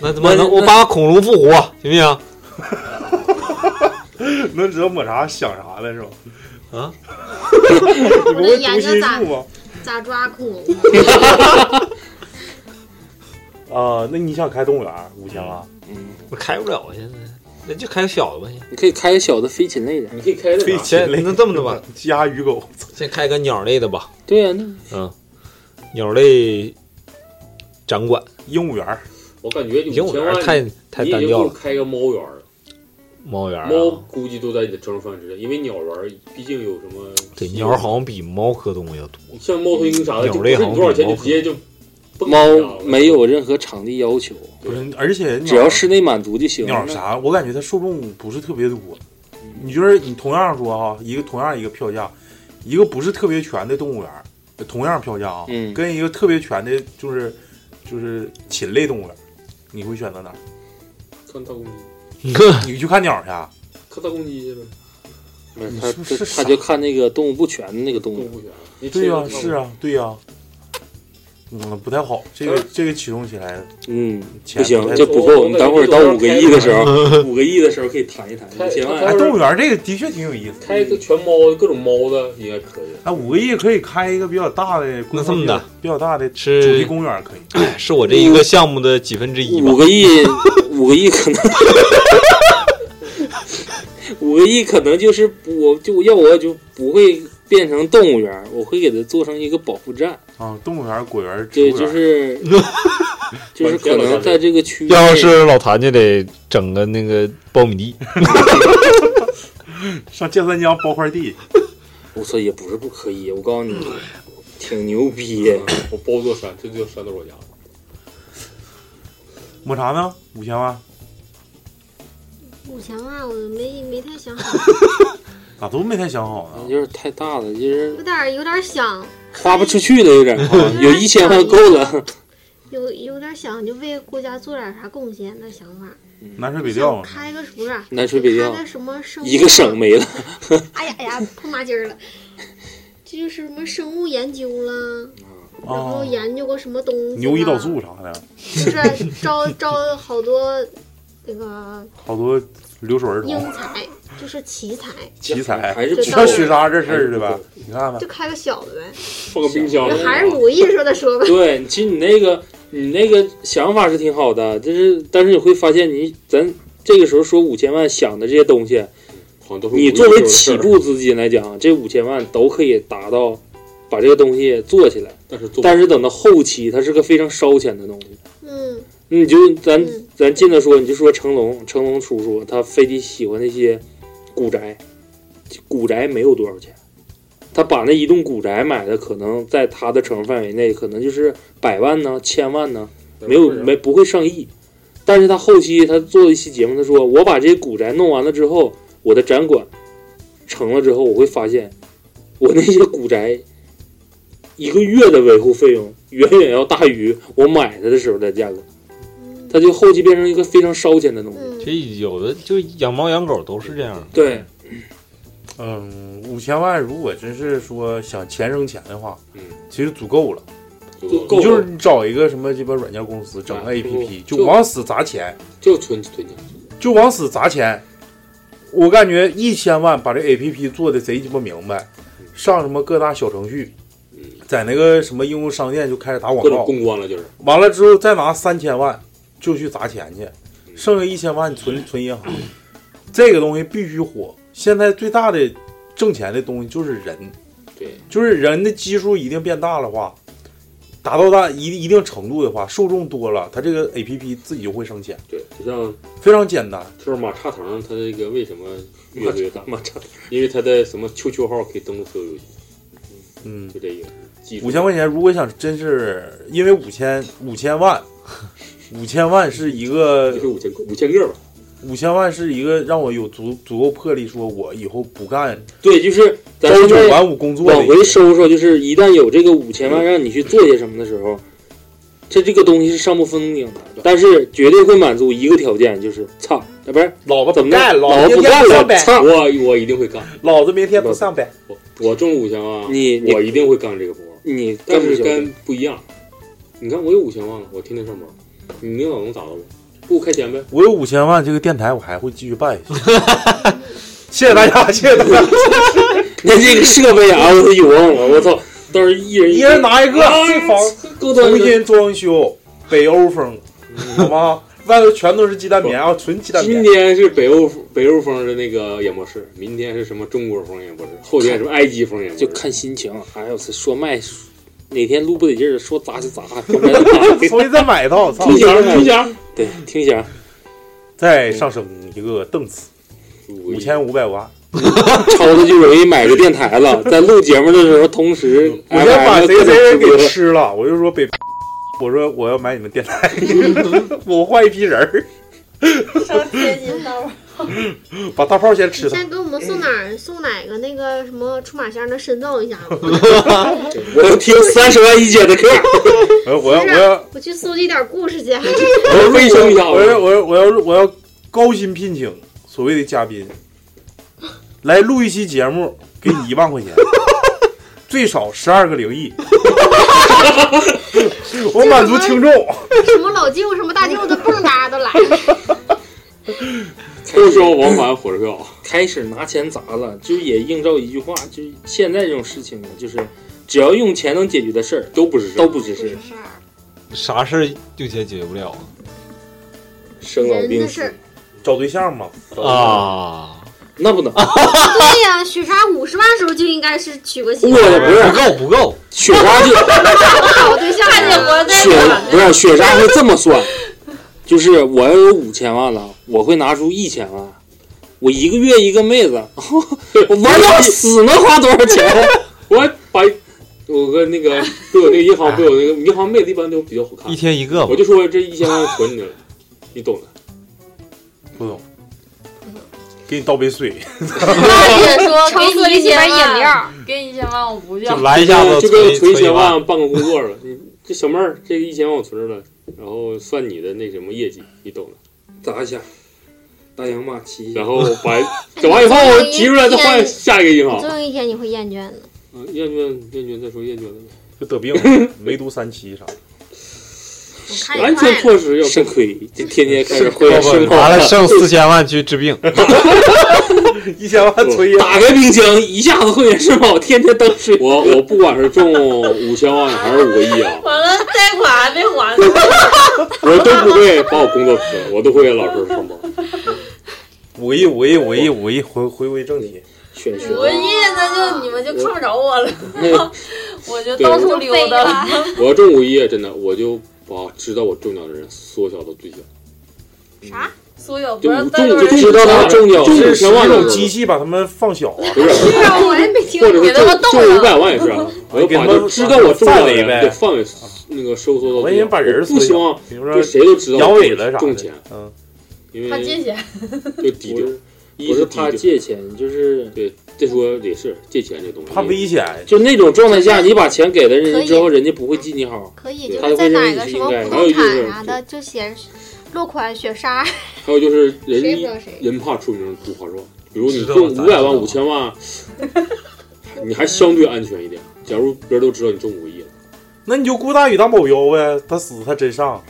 那他妈
那
的，我把恐龙复活，行不行？
能知道抹啥想啥了是吧？
啊，
你不
我
会
的
读
眼睛
心
咋
术吗？
咋抓恐龙？
啊、那你想开动物园儿五千万？
嗯，
我开不了啊，现在那就开个小的吧，
你可以开个小的飞禽类的。
你可以开
飞
点啥？
禽
先
类
先那这么的 吧，
鸭鱼狗，
先开个鸟类的吧，
对呀、那
嗯，鸟类展馆，
鹦鹉园儿，
我感觉
鹦
五
鹉
千
园
万
太太
你也
单
就
调
够
了，
开个猫园了。
猫园
猫
啊，
估计都在你的承受范围之内，因为鸟园儿毕竟有什么
对，鸟好像比猫科动物要多，
像猫头鹰啥的，
鸟
就不
类
是你多少钱就直接就蹦
猫没有任何场地要求，
不是，而且
只
鸟
要室内满足就行。
鸟啥，我感觉它受众不是特别多。你就是你同样说哈，一个同样一个票价，一个不是特别全的动物园儿，同样票价啊，
嗯
跟一个特别全的，就是就是禽类动物园儿，你会选择哪儿？
看大公鸡，
你去看鸟去啊？
看大公鸡去呗，
没有
你
他
是不是
他
傻
他就看那个动物不全的那个动
动
物，
物园。你
对呀、
吃
是，啊，对呀、嗯，不太好，这个这个启动起来
嗯，
钱
不行，
太
这
多
不够。你等会儿到五个亿的时候，五个亿的时候可以谈一谈，
开
五千
开
万
哎，动物园这个的确挺有意思。
开个全猫的各种猫的应该可以。
哎，五个亿可以开一个比较大的，
那这么的
比较大的主
是
题公园可以。
是我这一个项目的几分之一吧
哎五，个亿，五个亿可能，五个亿可能就是我就要我就不会变成动物园，我会给它做成一个保护站。
啊，动物园、果园、植
对，
物园，
就是就是可能在这个区域内，
要是老谭就得整个那个苞米地，
上芥三江包块地，
我操，也不是不可以。我告诉你，
嗯
挺牛逼。
我包座山，这就山都是我家。
抹茶呢？五千万
五千万我没没太想好，
咋都没太想好呢？
就是太大了，就是
有点儿有点儿想，
花不出去了，有点
嗯
儿啊有一千万够
嗯
了。
有有点儿想就为国家做点儿啥贡献的想法。
南水北调，
开个不是
南水北调
开个什么生 物
一个省没了。
哎呀哎呀，碰麻筋儿了。这就是什么生物研究啦，然后
哦，
研究过什么东西啦，
牛胰岛素啥的，
就是招招好多那个
好多留守儿童
英，才，就是奇才，
奇才，
还是不
像雪莎这事儿的呗？你看看
就，开个小的呗，
放个冰箱
就还是鲁艺说的说吧。
对，其实你那个你那个想法是挺好的，但是但是你会发现你，咱这个时候说五千万想的这些东西，
是
你
无意
作
做
为
的事
起
儿
步资金来讲，这五千万都可以达到把这个东西做起来。
但是做不
但是等到后期，它是个非常烧钱的东西。
嗯，
你就咱咱近的说，你就说成龙，成龙叔叔他非得喜欢那些古宅，古宅没有多少钱，他把那一栋古宅买的，可能在他的城市范围内，可能就是百万呢、千万呢，没有没不会上亿。但是他后期他做一期节目，他说我把这些古宅弄完了之后，我的展馆成了之后，我会发现我那些古宅一个月的维护费用远远要大于我买它的时候的价格，它就后期变成一个非常烧钱的东西。
嗯
其实有的就养猫养狗都是这样。
对，
嗯，五千万如果真是说想钱生钱的话，
嗯，
其实足够了。
足够了
你就是你找一个什么鸡巴软件公司，整个
啊
APP，
就
就往死砸钱，
就存存钱，
就往死砸钱。我感觉一千万把这 APP 做的贼鸡巴明白，上什么各大小程序，在那个什么应用商店就开始打广
嗯各种
告，
公关了就是。
完了之后再拿三千万就去砸钱去，剩下一千万存存银行。这个东西必须火。现在最大的挣钱的东西就是人，
对，
就是人的基数一定变大的话，达到大一一定程度的话，受众多了，它这个 A P P 自己就会生钱，
对，就像
非常简单。
就是马叉腾，它这个为什么越
马
做越大？马叉，因为它的什么 QQ 号可以登录所有游戏，
嗯，
就这个技术
五千块钱，如果想真是因为五千五千万，五千万是一个
五千五千个吧，
五千万是一个让我有足足够魄力，说我以后不干
对，就是咱
朝
现
九
在
晚五工作的
往
一个
回收收，就是一旦有这个五千万让你去做些什么的时候，这这个东西是上不封顶的，但是绝对会满足一个条件，就是操，啊不是
老子
怎么
干
的
老
老
子
子不
今天
干
不
了
上，班
操，
我我一定会干。
老子明天不上班，
我我中五千万，
你
我一定会干这个活。
你
但
干不
是
行
跟不一样，你看我有五千万了，我天天上班，你领导能咋的我？不给我开钱呗。
我有五千万，这个电台我还会继续办 下去。谢谢大家，谢谢大家。
那这个设备啊，我都有啊，我我操，到时候一人
一人拿一个，
哎
这房
够多
重新装修，北欧风，好 吗？外头全都是鸡蛋棉啊，纯鸡蛋
今
棉。
天是北欧北欧风的那个演播室，明天是什么中国风演播室，后天什么埃及风演播室，
就看心情。哎呦，我操说卖，哪天录不得劲儿，说砸就砸，说卖就 砸
重新再买一套，操！
听响听响，对，听响。
再上升一个档次，五千五百万。
超子就容易买个电台了。在录节目的时候，同时
我先把谁谁谁给
吃
吃了，我就说北，我说我要买你们电台， 我换一批人儿，
上天津道。
把大炮先吃
你
他。
先给我们送哪儿送哪个那个什么出马仙的深造一下吧。
我要听三十万一姐的 课。
我我要
不
我
啊
是
要
我去搜集点故事去。
我要
卫生一下
我要我要我要我要高薪聘请所谓的嘉宾，来录一期节目，给你一万 块钱，最少十二个零亿，我满足听众。
什么老舅什么大舅的蹦哒都来。
不收往返火车票，开始拿钱砸了，就是也映照一句话，就是现在这种事情呢，就是只要用钱能解决的事儿，都不是都不 是事儿，
啥事儿用钱解决不了
生老病死。
是
找对象嘛
啊？啊，
那不能，
对呀、雪啊莎五十万时候就应该是娶个媳妇
我
儿，
不是不
够不够，
雪莎 就
搞对象看见我
雪不是雪莎会这么算，就是我要有五千万了，我会拿出一千万，我一个月一个妹子， 我玩 到死能花多少钱？
我把我跟那个不有那个银行不有那个银行妹子一般都比较好看，
一天一个吧
啊我就说这一千万存 你了，你懂的。
不懂，给你倒杯水，
姐说
超
给
市
你
里
一千
买饮料
万，给你一千万我不要，
来一下子
就跟
存
存一
存一
千
万
万办个工作了。你这小妹儿，这个一千万我存着了，然后算你的那什么业绩，你懂的。
砸一下，大洋马骑
然后 把整完以后提出来再换下一个银行。
总有一天你会厌倦的。
啊厌倦厌倦再说厌倦的呗，
就得病 了，梅毒三期啥的。
完全迫使要肾亏，
这天天开始
会
会
肾
肾
亏。
完了剩四千万去治病，
一千万存一
打开冰箱一下子会员肾宝，天天当水。
我我不管是中五千万还是五个亿啊，
完了，贷款还没还呢。
我都不会把我工作辞了，我都会给老实上班。
五个亿，五个亿，五个亿，五个亿，回回归正题。
选
五个亿，那就你们就看不着我了，我就到处溜达了。
我要中五一，真的我就把知道我中奖的人缩小到最小。
啥？
所有
就
不
我
是
中就知道他中奖
是
千万
种机器把他们放小啊，
不是，
我也没听
或者
过
是中中五百万也 是啊，我就
给他
把
们
就知道我中
范
奖的
围
人
呗
对范围那个收缩到最小。
我已经把人
我
缩
不希
小
望
比如说
就谁都知道
阳
我
痿了啥
中
的
钱，，
嗯，
因为
他借钱，
就抵丢，一
我是
是抵
怕
丢
借钱，就是
对，这说也是借钱这东西，
怕危险。
嗯
就那种状态下，你把钱给了人家之后，人家不会记你好。
可以，
对
就
他
是在
会
哪
认为
个
是
什么
应该
不
的还有
动
就
产
是
啥的，就写落款雪莎，
还有就是人
谁也不知道谁
人怕出名猪怕壮，比如你
知道
中
咱
五百
知
万、
道
五千万，你还相对安全一点。假如别人都知道你中五个亿了，
那你就顾大宇当保镖呗，他死他真上。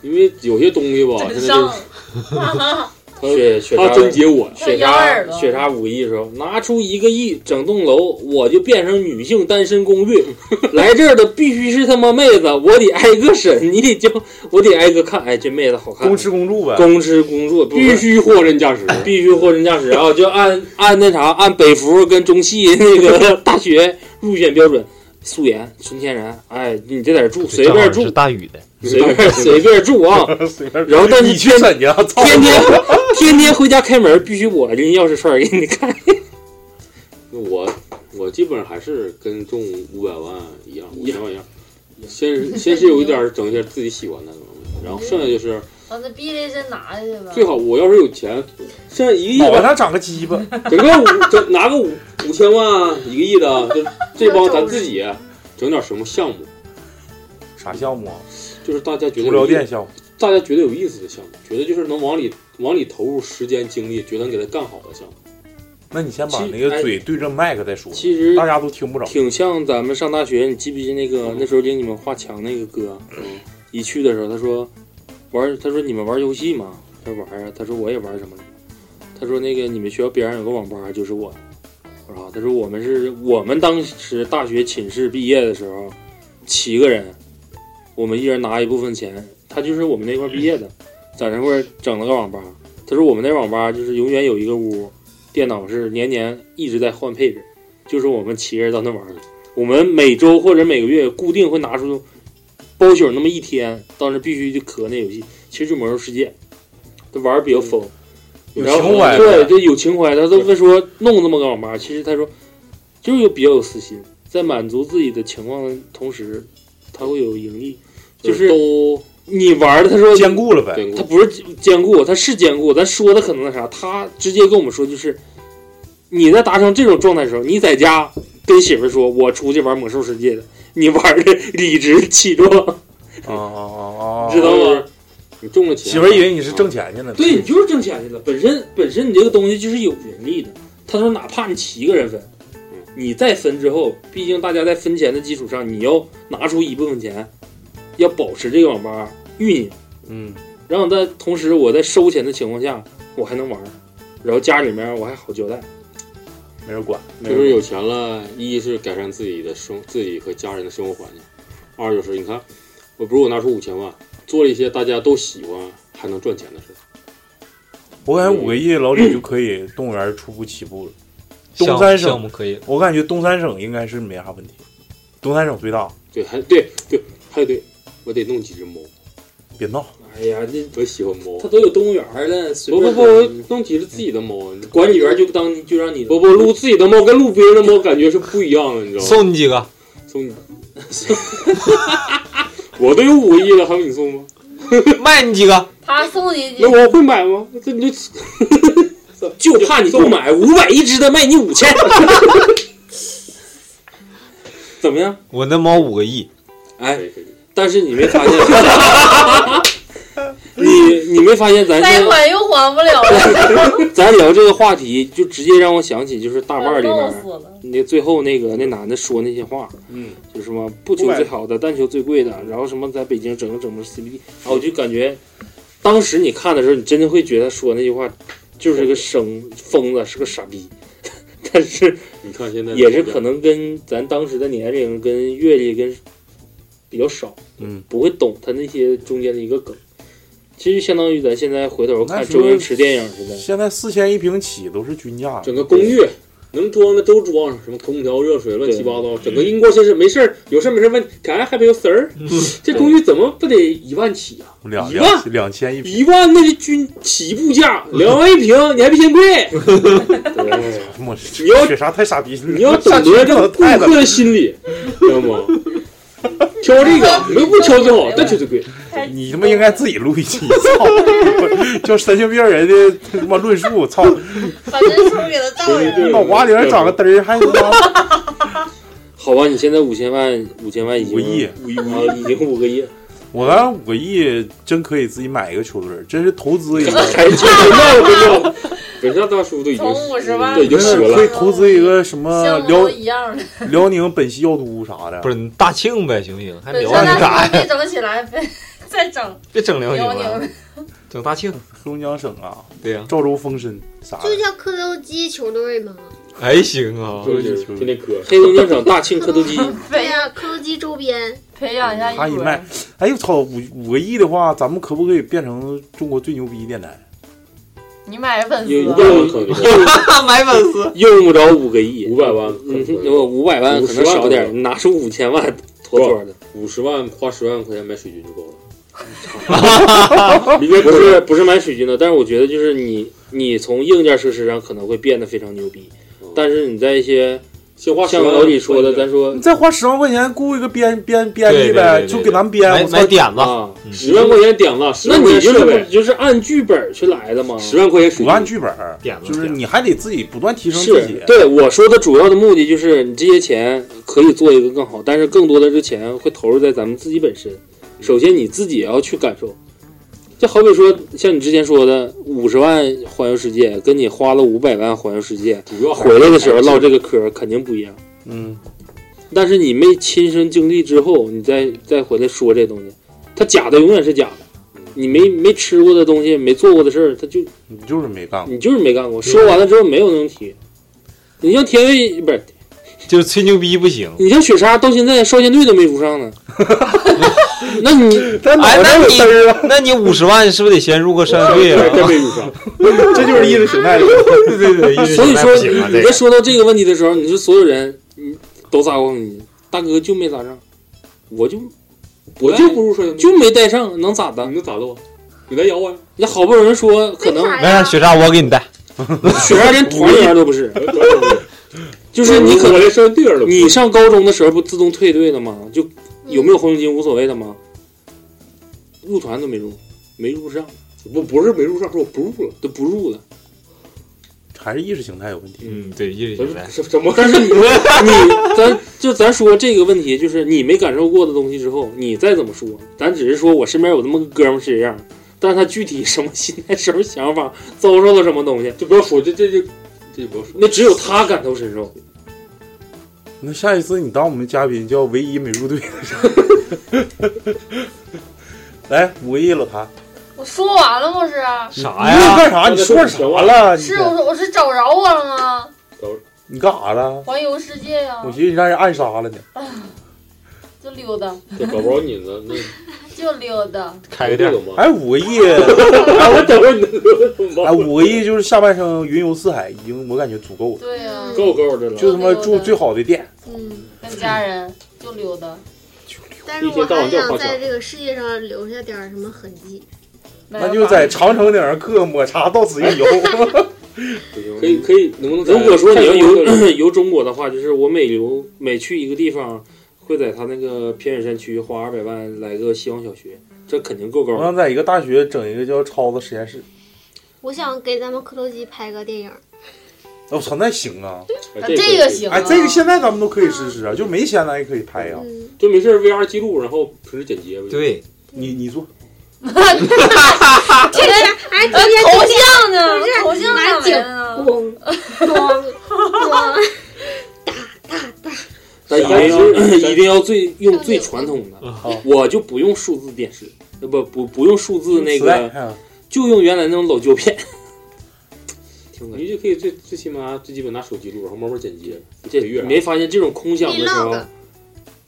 因为有些东西吧，现在就
雪雪
他
莎
真结我，
雪莎雪莎五个亿的时候，拿出一个亿整栋楼，我就变成女性单身公寓。 来这儿的必须是他妈妹子，我得挨个审，你得教，我得挨个看。哎，这妹子好看，
公吃公住呗，
公吃公住，
啊必须货真价实。
必须货真价实啊！就按按那啥，按北服跟中戏 那个大学入选标准，素颜纯天然。哎，你这点住随便住
是，大宇的，
随便随便住啊！然后但是
你去怎去啊？操！
天天天天回家开门，必须我拎钥匙串儿给你看。
那我我基本上还是跟中五百万一样，五千万一样。先是先是有一点儿整一些自己喜欢的东西，然后剩下就是
完了逼的真拿下去吧。
最好我要是有钱，剩下一个亿
脑袋
吧，
上长个 鸡巴，
整个五整拿个五五千万啊一个亿的，就这帮咱自己啊整点什么项目，
啥项目啊？
就是大家觉得
无聊
有意
店项目，
大家觉得有意思的项目，觉得就是能往里往里投入时间精力，觉得能给它干好的项目。
那你先把
其
那个
哎
嘴对着麦克再说，
其实
大家都听不着。
挺像咱们上大学，你记不记那个那时候领你们画墙那个哥？
嗯
一去的时候他说玩，他说你们玩游戏吗？他说玩啊，他说我也玩什么了。他说那个你们学校边上有个网吧，就是我。我说啊他说我们是我们当时大学寝室毕业的时候，七个人，我们一人拿一部分钱，他就是我们那块儿毕业的，在那块儿整了个网吧。他说我们那网吧就是永远有一个屋，电脑是年年一直在换配置，就是我们七人到那玩儿。我们每周或者每个月固定会拿出包宿那么一天，当时必须就磕那游戏，其实就魔兽世界，他玩儿比较疯，
有
然后
情怀
对，就有情怀。他都会说弄这么个网吧，其实他说就是有比较有私心，在满足自己的情况的同时，他会有盈利，就是
都
你玩儿的，他说
兼顾了呗，
对
他不是兼顾，他是兼顾，咱说的可能那啥，他直接跟我们说就是，你在达成这种状态的时候，你在家跟媳妇儿说，我出去玩魔兽世界的，你玩的理直气壮，
啊啊啊啊！
知道
就是
吗？
你中了钱，
媳妇儿以为你是挣钱去了，
对你就是挣钱去了，本身本身你这个东西就是有盈利的。他说，哪怕你七个人分，你再分之后，毕竟大家在分钱的基础上，你要拿出一部分钱，要保持这个网吧运营。
嗯，
然后在同时我在收钱的情况下，我还能玩儿，然后家里面我还好交代，
没人管。
没
就是
人
有钱了，一是改善自己的生自己和家人的生活环境，二就是你看，我比如我拿出五千万，做了一些大家都喜欢还能赚钱的事，
我感觉五个亿老李就可以动物园初步起步了。
项
东三省
项目可以了
我感觉东三省应该是没啥问题，东三省最大。
对，还对对，还对，我得弄几只猫。
别闹！
哎呀，这我喜欢猫。
它都有动物园了，随
不不
便
不，我弄几只自己的猫，
管理员就当就让你
不不撸自己的猫跟撸别人的猫感觉是不一样的，你知道吗？
送你几个？
送你， 我都有五个亿了，还用你送吗？
卖你几个？
他送你
那我会买吗？这你就
就怕你不买，五百一只的卖你五千，
怎么样？
我那猫五个亿，
哎，但是你没发现，你你没发现咱
贷
这
款又还不了了，
咱聊这个话题，就直接让我想起就是大腕儿里
闹
面
死了。
那最后那个那男的说那些话，
嗯，
就什么不求最好的，但求最贵的，然后什么在北京整个整个 CBD，啊，我就感觉当时你看的时候，你真的会觉得他说那句话就是个生疯子，是个傻逼， 但是
你看现在
也是可能跟咱当时的年龄、跟阅历、跟比较少，
嗯，
不会懂他那些中间的一个梗。其实相当于咱现在回头
那
看
时
周
候
星驰电影似的，
现在四千一平起都是均价，
整个公寓
能装的都装上，什么空调、热水，乱七八糟，整个英国绅士没事儿，有事儿没事儿问，干啥还没有事儿？
嗯
这公寓怎么不得一万起啊？
两
一
两
万
两千一平。
一万那是均起步价，两万一平，你还比嫌贵？
我
你要
雪啥太傻逼了，
你要懂得这个顾客的心理，知道吗？挑这个，你不挑最好，但挑最贵。
你他妈应该自己录一 期，操！叫神经病人的他妈论述，操！
把这书给他照上。
脑瓜顶上长个嘚儿，还他妈
好吧，你现在五千万，五千万已经
五亿
五啊，已经五个亿，
我刚才五个亿真可以自己买一个球队，真是投资一 个，
还是那我跟你说，本山大叔都已经
从五十万
对已经折
可以
了，
投资一个什么
项目
辽
都一样的，
辽宁本溪药都啥的，
不是大庆呗，行不行？还
本
聊
身
你啥
大
呀
没？整起来，别再整
别整辽宁
辽
了，
宁。
整大庆。
黑龙江省啊，
对呀，
赵州风参啥
就
的，
叫磕头机球队嘛。
还行啊。
就是
天天磕。
黑龙江省大庆磕头机，
对呀、磕头机周边，
培养一下
他
一
一
波
卖
人，，
哎呦操，五五个亿的话，咱们可不可以变成中国最牛逼电台？
你买个粉 丝
有五
吧
百
啊
万可能
买粉丝，
用不着五个亿，
五百万，
嗯，我五百万可能少点儿，拿出五千万妥妥的。
五十万花十万块钱买水军就 够了。
不是不是买水军的，但是我觉得就是你你从硬件设施上可能会变得非常牛逼，但是你在一些
先嗯花十
像
万，
老李说的，咱说
你再花十万块钱雇一个编编编
对
辑
对
呗，
对
就
对
给咱们编，
买
我操
买，点子，
啊，
十万块钱点了，十
那
万块
你
钱
就是
设
不
备，
就是按剧本去来的吗？
十万块钱水
不
军
按剧本儿，
点子
就是
点子
你还得自己不断提升自己啊
是。对我说的主要的目的就是你这些钱可以做一个更好，但是更多的这钱会投入在咱们自己本身。首先你自己也要去感受，就好比说像你之前说的五十万环游世界，跟你花了五百万环游世界
主要
回来的时候唠这个嗑儿肯定不一样。
嗯，
但是你没亲身经历之后，你再再回来说这东西，它假的永远是假的。你没没吃过的东西，没做过的事儿，它就
你就是没干过。
你就是没
嗯
干过。说完了之后没有那种体验。你像田悦不是，
就是吹牛逼不行。
你像雪莎到现在少先队都没入上 呢。那你
他脑
哎，那
袋有
你
嘚儿啊，
那你五十万是不是得先入个山队啊？
真没 入上。
这就是意识形态的问题。
对对对，
所以说
行啊，
你
这
你在说到这个问题的时候，你说所有人你都砸光你，大哥就没砸上，我就
我就不入少先队，
就没带上，能咋的
你？能咋的我？你来咬我呀！
那好不容易说可能
为
来
啥
让
呀？
哎雪莎，我给你带。
雪莎连团员都不 是，就是你可
我
能
连少先队员都不是
你上高中的时候不自动退队了吗？就有
嗯
没有红领巾无所谓的吗？入团都没入，没入上
不不是没入上，是我不入了。
都不入了。
还是意识形态有问题。
嗯，对，一直
咱
以来。
是怎么？
但是你你咱就咱说这个问题，就是你没感受过的东西之后，你再怎么说，咱只是说我身边有这么个哥们儿是这样，但是他具体什么心态、什么想法、遭受了什么东西，
就不要说这这这这不要说。
那只有他感同身受。
那下一次你当我们嘉宾叫唯一没入队的 人来五个亿老谭，
我说完了不是？
啊
啥
你
呀？
干啥？你说啥了？你
是我说我是找着我了吗？
你干啥了？
环游世界呀、
我寻思你让人暗杀了呢。
就
就溜达，
这宝宝你呢？ 那
就溜达。
开个店哎，五个亿，哎，
我等会你
哎，五个亿就是下半生云游四海，已经我感觉足够了，
对呀、
嗯
够够的了，
就他妈住最好的店，
嗯，跟家人就溜达。
但是我还想在这个世界上留下点儿什么痕迹。
那就在长城顶上刻抹茶，到此一游。
可以可以，能不能
在
如果说你要
在
游 游中国的话，就是我每游每去一个地方，会在他那个偏远山区花二百万来个希望小学，这肯定够高
我。想在一个大学整一个叫超子实验室。
我想给咱们磕头机拍个电影，
我操，那行啊，
哎这个行啊
哎，这个现在咱们都可以实施啊，就没钱咱也可以拍呀。
就没事儿 VR 记录，然后平时剪辑啊呗。
对，你你做，
这天哎，今天
头像呢
不是
头像呢
拿景
没呢
咣咣 咣，
但一定是 一定要最用最传统的，我就不用数字电视，呃不不不用数字那
磁带还
个
有，
就用原来那种老胶片。你就可以最最起码最基本拿手机录，然后慢慢剪辑。这
月啊
没发现这种空想的时候
Vlog，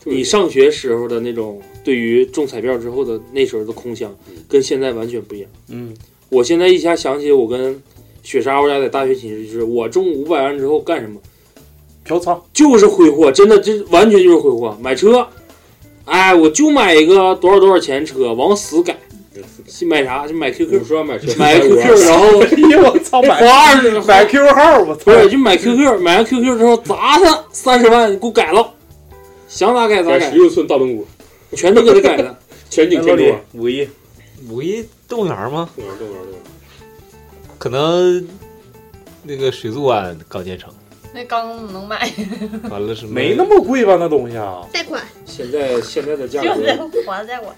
你上学时候的那种对于中彩票之后的那时候的空想，跟现在完全不一样。
嗯，
我现在一下想起我跟雪莎，我俩在大学寝室，就是我中五百万之后干什么？
嫖娼，
就是挥霍，真的，这完全就是挥霍。买车，哎，我就买一个多少多少钱车，往死改。买啥？就买 QQ，
十万买车，
买 QQ，然后
哎呦我操，买
花二十，
买 QQ 号，我操，
不是就买 QQ，买完 QQ 之后砸他三十万，你给我改了，想咋改咋改，
改16寸大轮毂，
全都给他改了，
全景天窗哎
五一，
五一动物园吗？
动物园，动物园，动物园。
可能那个水族馆刚建成，
那刚能买，
完了是
没那么贵吧那东西啊？
贷款
现在现在的价
就
格
是还在我，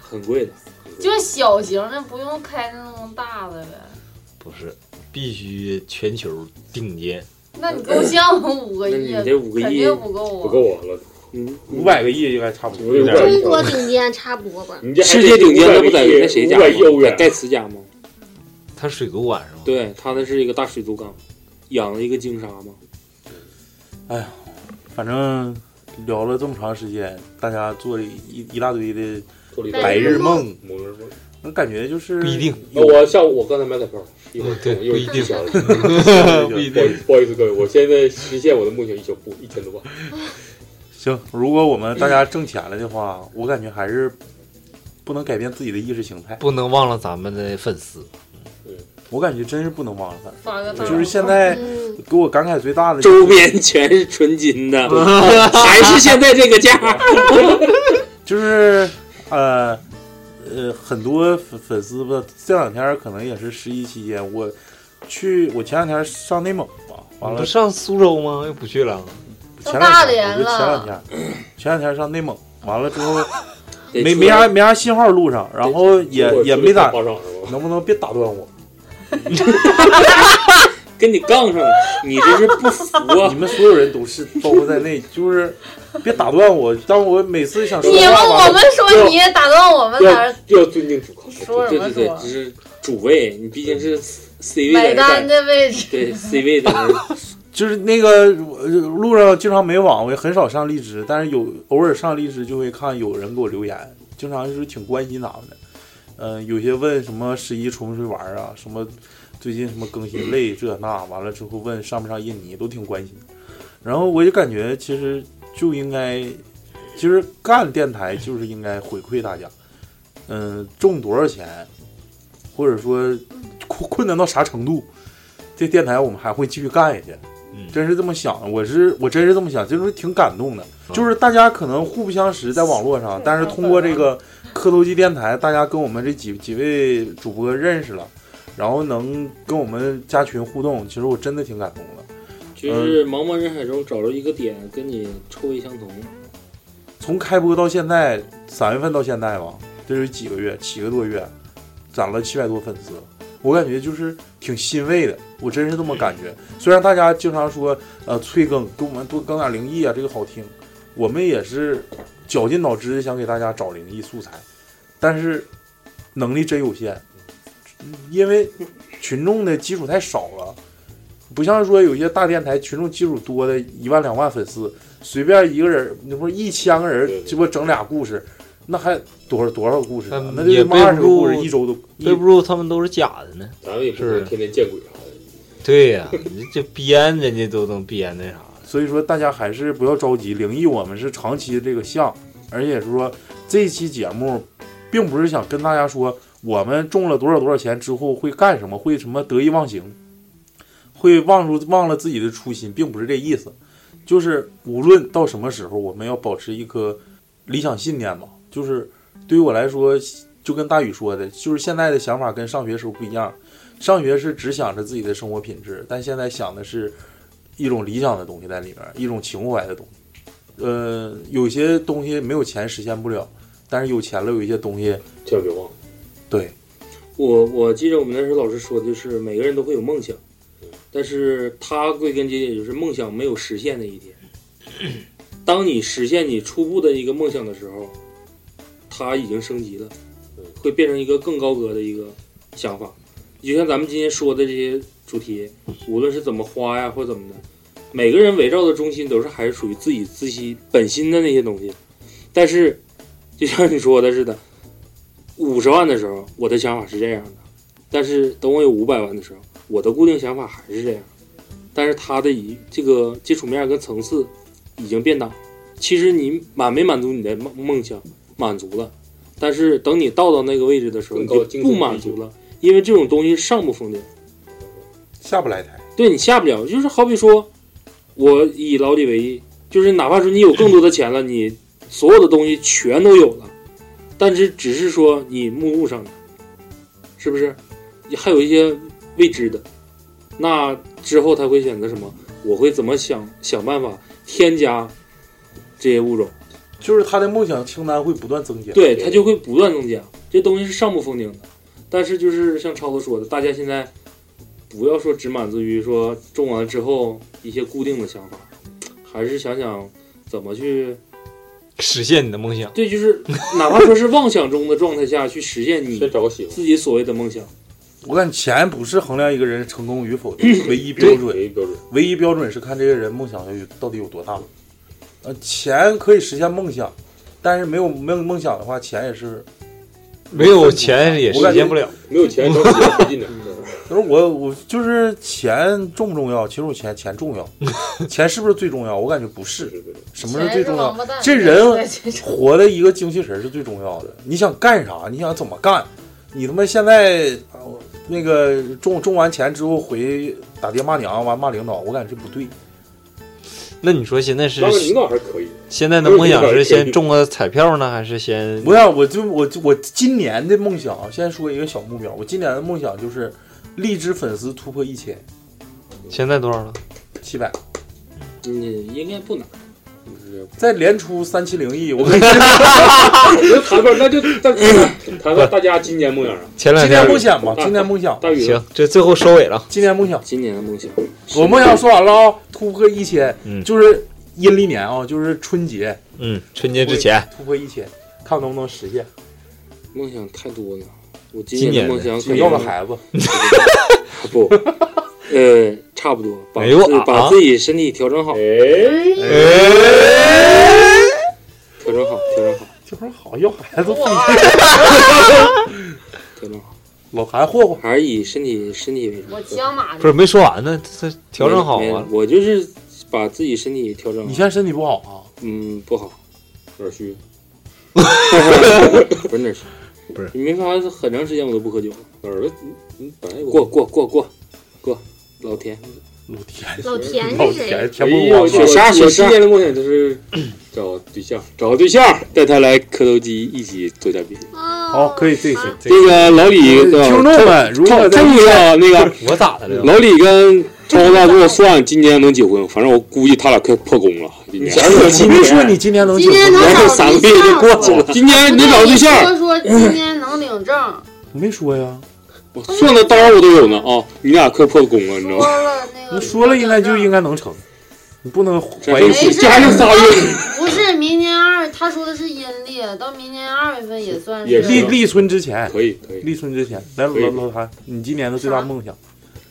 很贵的，
就是小型的，不用开那种大的呗。
不是，必须全球顶尖。
那你够呛吗？五个亿，
那你这五个亿
肯定不够啊。
够啊了，嗯，
五百个亿应该差不多。
中国顶尖插播吧。
世界顶尖的不在那谁家吗
500亿欧？
在
元
盖茨家吗？
它水族馆是吗？
对，他那是一个大水族缸，养了一个鲸鲨嘛。
哎呀，反正聊了这么长时间，大家做了一一大堆的白日梦，
某人梦。
那感觉
嗯
就是
不一定
有
那我下午我刚才买彩票了，一会儿
对
一会儿
不一定
想了
不一定
不好意思各位，我现在实现我的梦想一小步，一千多万。
行，如果我们大家挣钱了的话，我感觉还是不能改变自己的意识形态，
不能忘了咱们的粉丝。
我感觉真是不能忘了他。
发个
就是现在
嗯
给我感慨最大的，
周边全是纯金的还是现在这个价。
就是呃呃，很多粉粉丝吧，这两天可能也是十一期间，我去我前两天上内蒙嘛，完
你
了
不上苏州吗？又不去了。
前两天
大连
我就前
了
两天，前两天上内蒙，完了之后
得
没
出
没啥
来
没啥信号路上，然后也
出来
也
出
没
来
咋
看花场，
能不能别打断我？
跟你杠上了，你这是不服啊！
你们所有人都是包括在内，就是别打断我。当我每次想说
你
话
们
完了
我们说你打断我们哪儿
要尊敬主控，
说什
对
么
对对，
说
这是主位，你毕竟是 C 位
买
在
单
这
的位置？
对 C 位在这
就是那个呃路上经常没网，我也很少上荔枝，但是有偶尔上荔枝就会看有人给我留言，经常就是挺关心咱们的。嗯、有些问什么十一出没出去玩儿啊，什么最近什么更新累这那，完了之后问上不上印尼，都挺关心。然后我就感觉其实就应该，其实干电台就是应该回馈大家，嗯、挣多少钱，或者说困困难到啥程度，这电台我们还会继续干下去。真是这么想的，我是我真是这么想，就是挺感动的。就是大家可能互不相识，在网络上，但是通过这个磕头机电台，大家跟我们这几几位主播认识了，然后能跟我们加群互动，其实我真的挺感动的。
就是茫茫人海中找着一个点跟你臭味相同。
从开播到现在，三月份到现在吧，这是几个月，七个多月，攒了七百多粉丝，我感觉就是挺欣慰的，我真是这么感觉。虽然大家经常说，呃，催更，给我们多更点灵异啊，这个好听，我们也是绞尽脑汁地想给大家找灵异素材，但是能力真有限，因为群众的基础太少了。不像说有一些大电台群众基础多的，一万两万粉丝，随便一个人，你说一千个人，鸡巴整俩故事，那还多少多少故事、啊？那
嗯也
就
背
二十
不
个故事，
住，
一周都
背不住，他们都是假的呢。
咱们也不是天天见鬼啥
啊
的。
对呀、 你这编人家都能编那啥。
所以说大家还是不要着急，灵异我们是长期这个项，而且说这期节目并不是想跟大家说我们中了多少多少钱之后会干什么，会什么得意忘形，会忘住忘了自己的初心，并不是这意思。就是无论到什么时候，我们要保持一颗理想信念吧。就是对于我来说，就跟大宇说的，就是现在的想法跟上学时候不一样。上学是只想着自己的生活品质，但现在想的是一种理想的东西在里面，一种情怀的东西。呃，有些东西没有钱实现不了，但是有钱了，有一些东西
千万别忘。
对，
我我记得我们那时候老师说的就是每个人都会有梦想，但是他归根结底就是梦想没有实现的一天。当你实现你初步的一个梦想的时候，它已经升级了，会变成一个更高格的一个想法。就像咱们今天说的这些主题，无论是怎么花呀，或者怎么的，每个人围绕的中心都是还是属于自己自己本心的那些东西。但是，就像你说的似的，五十万的时候，我的想法是这样的；但是等我有五百万的时候，我的固定想法还是这样。但是它的一这个接触面跟层次已经变大。其实你满没满足你的梦梦想，满足了，但是等你到到那个位置的时候，你
更高
就
精神
不
追
满
求
足了，因为这种东西上不封顶，
下不来台。
对你下不了，就是好比说，我以老李为例，就是哪怕说你有更多的钱了，你所有的东西全都有了，但是只是说你目录上的，是不是？还有一些未知的，那之后他会选择什么？我会怎么想想办法添加这些物种？
就是他的梦想清单会不断增加。
对，它就会不断增加。这东西是上不封顶的，但是就是像超子说的，大家现在不要说只满足于说种完之后一些固定的想法，还是想想怎么去
实现你的梦想。
对，就是哪怕说是妄想中的状态下去实现你自己所谓的梦想。
我感觉钱不是衡量一个人成功与否的唯一标准，
唯一标准，
唯一标准是看这个人梦想有到底有多大。呃，钱可以实现梦想，但是没有梦梦想的话，钱也是
没有钱也实现不了没有钱着急也费劲
呢。
就是我我就是钱重不重要？其实我钱钱 重要，钱是不是最重要？我感觉不是，什么是最
钱是
重要
王八蛋？
这
对
人
这种
活的一个精气神是最重要的。你想干啥？你想怎么干？你他妈现在啊我那个中中完钱之后回打爹骂娘，完骂领导，我感觉这不对。
那你说现在是
当个领导还
可以
现在的梦想是先中个彩票呢，还是先
不要，我就我就我今年的梦想，先说一个小目标。我今年的梦想就是荔枝粉丝突破一千
现在多少了？
七百，
嗯，应该不难。
再连出三七零 亿，我跟
那谈不那就 谈谈到大家今年梦想啊。
前两
今年
天
梦想吧，今年梦想。
行，这最后收尾了。
今年梦想，
今年的梦想，
我梦想说完了啊、突破一千，就是阴历年啊、就是春节，
嗯，春节之前
突破一千，看能不能实现。
梦想太多了，我
今
今年的
年的
梦想可能
要个孩子，
不，呃，差不多，把
哎呦
自
啊
把自己身体调整好，
哎
哎
调整好，调整好，
调整好，要孩子
调整好，
老韩霍霍，
还是以身体身体为主，
我骑马呢
不是没说完呢，这这调整好
没
啊
没。我就是把自己身体调整好。
你现在身体不好啊？
嗯，不好，
有点 虚，
不是那是，
不是
你没发现很长时间我都不喝酒了？
哪儿了？你本来
过过过过过，老田，
老田
老田是谁
老
田
田
不我雪
啥
莎
雪
雪
今
莎
年的梦想就是找 对象，
找个对象，带他来磕头机一起做嘉宾。
哦
好，可以，这行。
那个老李
对吧
听众们如果在
重要 那个
我咋的了？
老李跟超子大作算今年能结婚，反正我估计他俩快破功了。今年
你
啊
别说你今年能结婚，
三个月就过去了，今年能找对
说
象，
说今天能领证，
我没说呀，
我算的刀我都有呢啊！你俩快破功了，你知道
说
吗？
了那
你说了应该就应该能成，你不能怀疑
没
自己。
事加上仨月
不是明年二，他说的是阴历，到明年二月份也算是
立立春之前
可以可以，
立春之前来老老韩，你今年的最大梦想，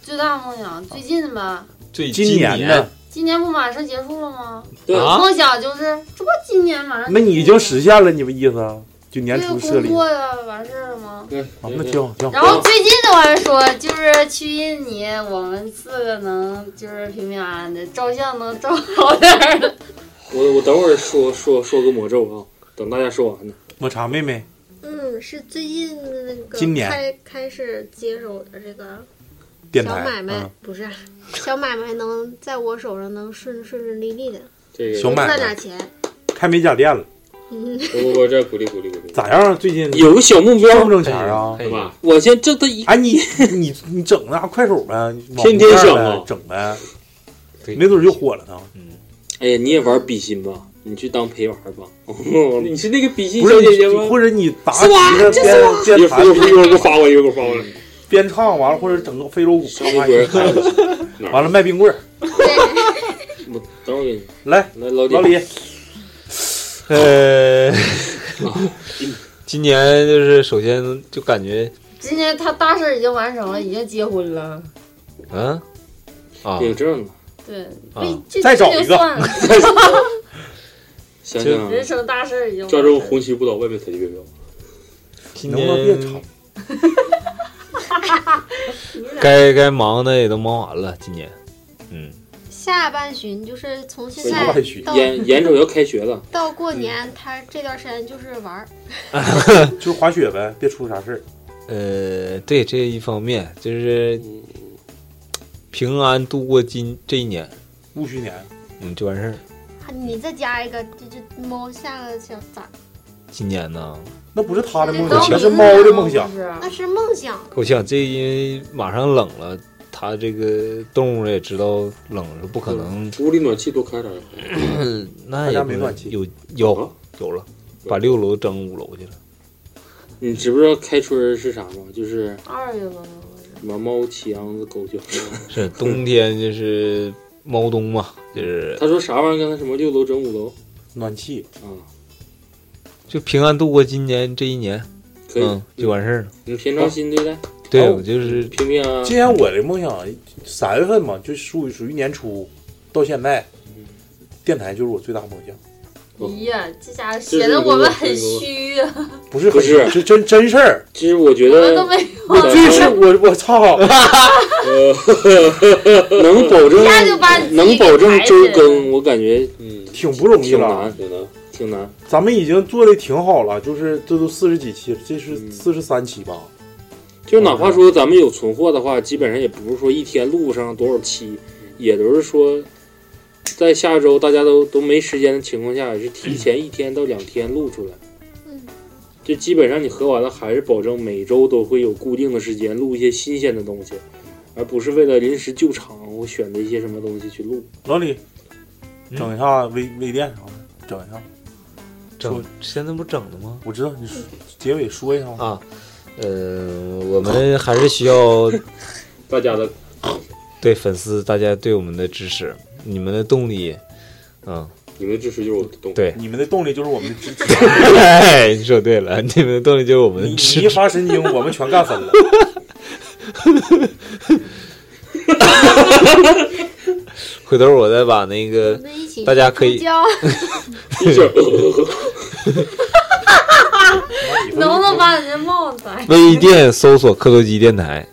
最大梦想最近吧，
最
今
年
的，
今年不马上结束了吗？
对啊
梦想就是这不今年马上
那你已经实现了，你们意思啊？就年
对
初设
工
立，
作呀完事儿了吗？
对，
啊，那挺好，挺
然后
好。
最近的我还说，就是去印尼，我们四个能就是平平安安的，照相能照好点儿的。
我我等会儿说说说个魔咒啊，等大家说完呢。
抹茶妹妹，
嗯，是最近的那个
今年
开开始接手的这个
电
小
台
买卖，
嗯
不是啊小买卖能在我手上能顺顺顺利利的，
这个
多
小买卖
赚点钱。
开美甲店了，
嗯，
不不不，这鼓励鼓励鼓励。
咋样？最近
有个小目标，
挣不挣钱啊？
我先挣他一，
哎，你你你整那快手呗，你
天天
往
想
那
啊
儿呗整呗，没准就火了呢。
哎呀，你也玩比心吧？你去当陪玩吧。你是那个比心
不
小
是
姐姐
你
吗？
或者你打
是我
几个
这
边
是我
边弹
一会儿一会儿给我发
过
我一会儿给我发过来。
边唱完了，或者整个非洲鼓唱完
一会儿
一，完了卖冰棍儿，
我等会儿给你。
来
来老
老李，
呃，今年就是首先就感觉，
今年他大事已经完成了，已经结婚了。
嗯，啊，
领证了，
对，
啊
这这
再找
这
一
就
个
算了
想想
人生大事已经
抓
完
住
成了。
红旗不倒，外面才就别倒。
今
能不能别
年
吵？
该该忙的也都忙完了，今年，嗯，
下半旬就是从现
下
在
半旬
到
眼眼瞅要开学了，
到过年，他这段时间就是玩儿。
就是滑雪呗，别出啥事儿。
呃，对这一方面就是平安度过今这一年，
戊戌年，
嗯，就完事儿。
啊你再加一个，这这猫下个想咋？
今年呢，
那不是他的梦
都
想，那是
明
猫
白
的
了
梦想。
那是梦想。
够呛，这因为马上冷了，它这个动物也知道冷是不可能。
屋里暖气多开点儿。
那
他
也
家
不
没
是
暖气
有有有了，把六楼整五楼去了。
你知不知道开春儿是啥吗？就是
二月份了，
什么猫骑秧子狗叫。
是冬天就是猫冬嘛，
嗯
就是
他说啥玩意儿？刚才什么六楼整五楼？
暖气
啊，
就平安度过今年这一年，
可以
嗯，就完事儿了。
你平常心对待。
对，
好
哦
我就是
平平啊安安。
今年我的梦想三月份嘛，就属于属于年初到现在，电台就是我最大梦想，
咦呀，这家伙显得我们很虚啊！
不是
不是
是真真 事儿。
其实我觉
我们都
得
没
我最是我 我操，
能保证
一下就把你自
嗯
己
能保证
给抬起
周
来
更，我感觉嗯
挺不容易
挺
了
难，。挺难，挺难。
咱们已经做的挺好了，就是这都四十几期了，这
嗯
是四十三期吧？
就哪
嗯
怕说咱们有存货的话，基本上也不是说一天录上多少
嗯
期，也都是说，在下周大家都都没时间的情况下，也是提前一天到两天录出来。
嗯，
就基本上你喝完了，还是保证每周都会有固定的时间录一些新鲜的东西，而不是为了临时救场，我选择一些什么东西去录。
老李，整一下微微店啥的，整一下。
整现在不整的吗？
我知道你说结尾说一下吗？
啊，呃，我们还是需要
大家的
对粉丝大家对我们的支持，你们的动 力，嗯，
你们的支持就是我的动力。
对，
你们的动力就是我们的支 持。
哎，你说对了，你们的动力就是我们
你
支
你一发神经，我们全干翻了。
回头我再把那个
们一起
大家可以
出胶
一起
能不能把你这帽子摘？
微店搜索“磕头机电台”，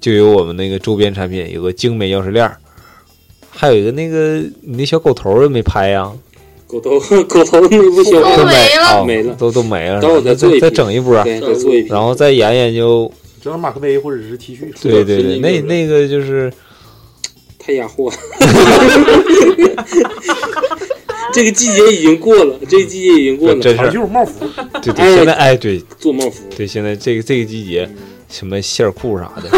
就有我们那个周边产品，有个精美钥匙链儿，还有一个那个你那小狗头儿没拍呀、
狗头狗头那部小
都没
了，
哦
没了。
都都没了。
等我再做一批
再整一波，
对再做一批
然后再研研究。
整马克杯或者是 T 恤。
对对对，那那个就是
太压货了。 这个季节已经过了，这个季节已经过了。
这事儿
帽服，
对对，现在哎对，
做帽服，
对现在这个这个季节，什么线裤啥 的，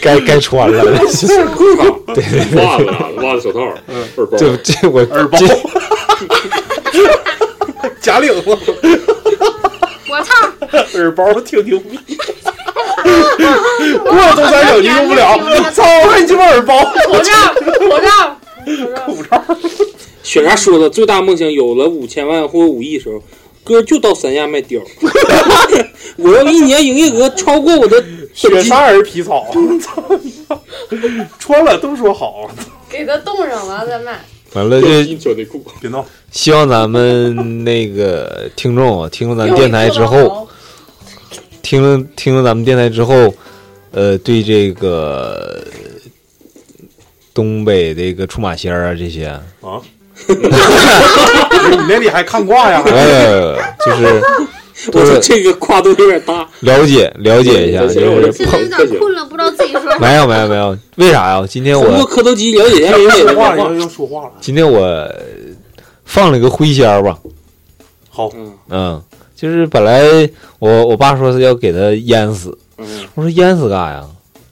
该该穿了。
线裤衩，
对对对
袜子、袜子、手套、耳包，
这这我耳包，
假领子，
我操！
耳包挺牛逼。我都三小级用不了，操！我看你鸡巴耳包，
口罩，口罩，
雪啥说了，最大梦想有了五千万或五亿时 候，哥就到三亚卖貂。我要一年营业额超过我的
或者啥人皮草， 穿了都说好。
给他冻上完再 卖。
完了就
小内裤，
别闹。
希望咱们那个听众啊，听了咱们电台之后，听了听了咱们电台之后，呃，对这个东北这个出马仙儿啊这些，
啊！你那里还看卦呀？
呃，就是
我说
这
个跨度有点大。
了解了解一下，就是
现在有点困了，不知道自己说啥。
没有没有没有，为啥呀？今天
通过
我
磕头机了解一下东北的
说话
文
了，
化。
要说话了。
今天我放了一个灰仙儿吧，
好，
嗯，就是本来我我爸说是要给他淹死，
嗯
我说淹死干啥呀？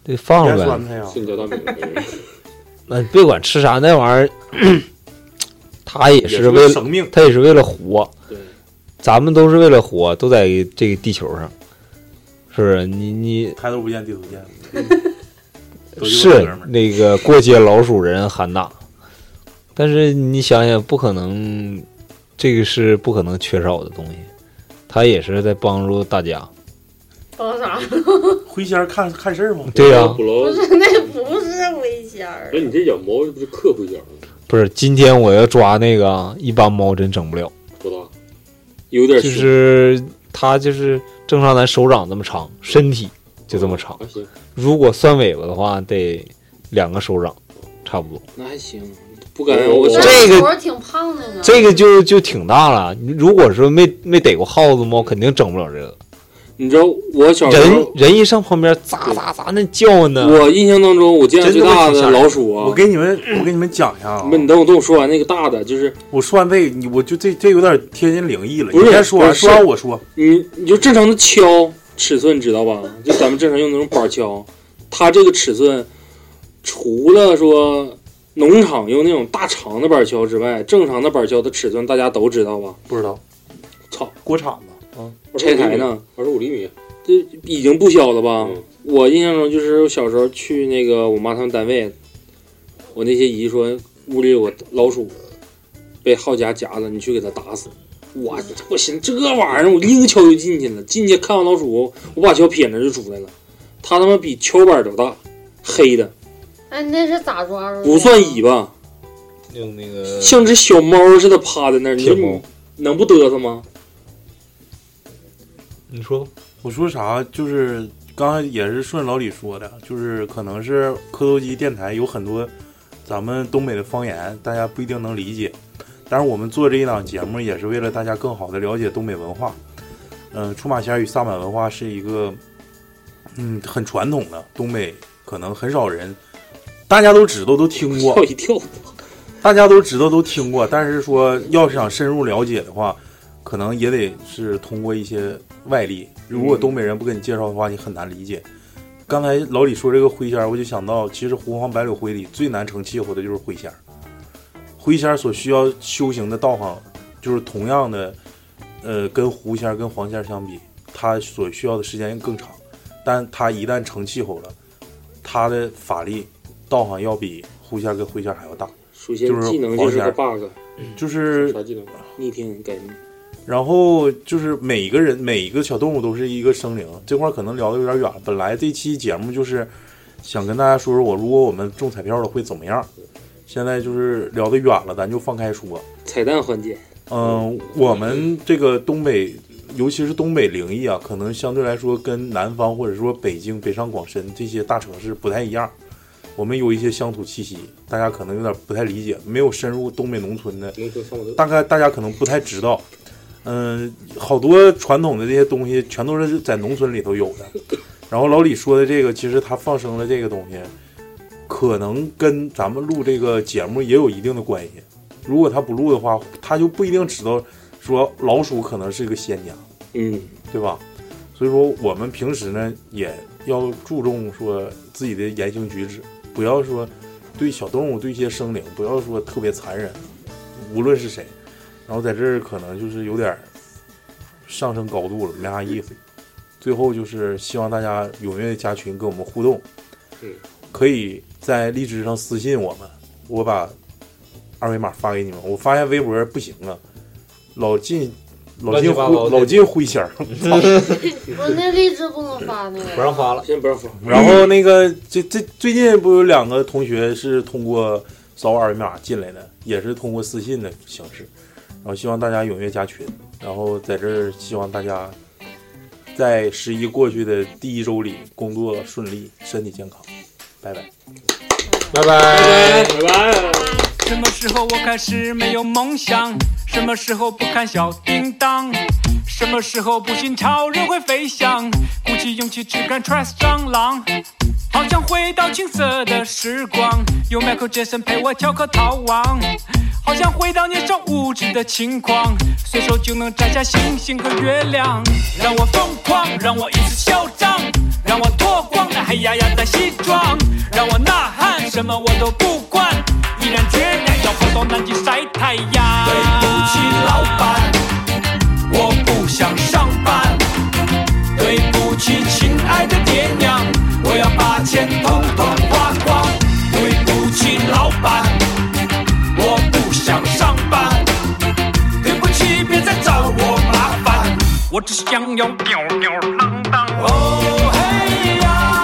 对，放
别
了
酸啊
呗。
他呀！
顺脚大饼，
那别管吃啥那玩意儿，他也
也
是
是
为
生命
他也是为了活。
对，
咱们都是为了活，都在这个地球上，是不是？你你
抬头不见低头见， 都一帮
是
哥们儿
那个过街老鼠人喊打，但是你想想，不可能，这个是不可能缺少的东西。他也是在帮助大家，
包啥？
灰仙儿看看事儿吗？
对呀
捕捞
不。是，那 不是危险儿。
哎，你这养猫不是克不养吗？
不是？今天我要抓那个啊，一般猫真整不了，
多大？有点
就
凶
是它就是正常咱手掌这么长，身体就这么长
还。啊行，
如果算尾巴的话，得两个手掌，差不多。
那还行，不敢让
我
我
这个
活挺胖的呢。
这个就就挺大了。你如果说没没逮过耗子猫，肯定整不了这个。
你知道我小时
人
候，
人一上旁边，咋咋咋那叫呢？
我印象当中我见到最大的老鼠啊
我，给你们，我给你们讲一下啊。
不是你等我等我说完那个大的，就是
我说完这，你我就这这有点贴近灵异了。
不是
你先说
不
完，
是
说完我说。
你你就正常的敲尺寸知道吧？就咱们正常用那种板敲，它这个尺寸除了说农场用那种大长的板敲之外，正常的板敲的尺寸大家都知道吧？
不知道，
操，
锅铲子，
拆台呢，二十五厘米，这已经不小了吧？
嗯
我印象中就是我小时候去那个我妈他们单位，我那些姨说屋里有个老鼠被浩夹夹了，你去给它打死。我我寻思这玩意儿，我拎个锹就进去了。进去看完老鼠，我把锹撇那就出来了。它他妈比锹板都大，黑的，
哎，那是咋抓住的？
不算尾巴，
用那个
像只小猫似的趴在那儿。你说
铁
你
猫
能不嘚瑟吗？
你说
我说啥？就是刚才也是顺老李说的，就是可能是磕头机电台有很多咱们东北的方言，大家不一定能理解。但是我们做这一档节目，也是为了大家更好的了解东北文化。嗯、出马仙儿与萨满文化是一个嗯很传统的东北，可能很少人大家都知道都听过，
吓我一跳。
大家都知道都听过，但是说要是想深入了解的话，可能也得是通过一些外力。如果东北人不给你介绍的话，你很难理解。刚才老李说这个灰仙儿，我就想到，其实狐黄白柳灰里最难成气候的就是灰仙儿。灰仙儿所需要修行的道行，就是同样的，呃，跟狐仙儿跟黄仙儿相比，它所需要的时间更长。但它一旦成气候了，它的法力道行要比狐仙儿跟灰仙儿还要大。
首先
就是
技能
黄
就是
仙
个
儿
bug，
就是
啥技 能？逆天改命。
然后就是每一个人每一个小动物都是一个生灵，这块儿可能聊的有点远了。本来这期节目就是想跟大家说说我如果我们中彩票了会怎么样，现在就是聊的远了，咱就放开说。
彩蛋环节，
嗯，我们这个东北，尤其是东北灵异啊，可能相对来说跟南方或者说北京、北上广深这些大城市不太一样。我们有一些乡土气息，大家可能有点不太理解，没有深入东北农村的，
农村放的
大概大家可能不太知道。嗯，好多传统的这些东西全都是在农村里头有的。 然后老李说的这个，其实他放生的这个东西，可能跟咱们录这个节目也有一定的关系。如果他不录的话，他就不一定知道说老鼠可能是一个仙家，
嗯，
对吧？所以说我们平时呢也要注重说自己的言行举止，不要说对小动物、对一些生灵，不要说特别残忍，无论是谁。然后在这儿可能就是有点儿上升高度了，没啥意思。最后就是希望大家踊跃加群，跟我们互动。
嗯，
可以在荔枝上私信我们，我把二维码发给你们。我发现微博不行啊，老进老金灰老金灰仙儿，
我那荔枝不能发那个，
不让发了，
先不让发。
然后那个这这最近不有两个同学是通过扫二维码进来的，也是通过私信的形式，然后希望大家踊跃加群，然后在这儿希望大家在十一过去的第一周里工作顺利，身体健康，拜拜，
拜拜，
拜拜。
什么时候我开始没有梦想？什么时候不看小叮当？什么时候不信超人会飞翔？鼓起勇气只敢 trust 蟑螂。好想回到青涩的时光，有 Michael Jackson 陪我跳课逃亡。好想回到年少无知的轻狂，随手就能摘下星星和月亮。让我疯狂，让我一次嚣张，让我脱光那黑压压的西装，让我呐喊，什么我都不管，毅然决然要跑到南极晒太阳。对不起，老板，我不想上班。对不起，亲爱的爹娘，我要把钱统统花光。对不起，老板，我不想上班。对不起，别再找我麻烦，我只想要吊吊郎当。哦嘿呀，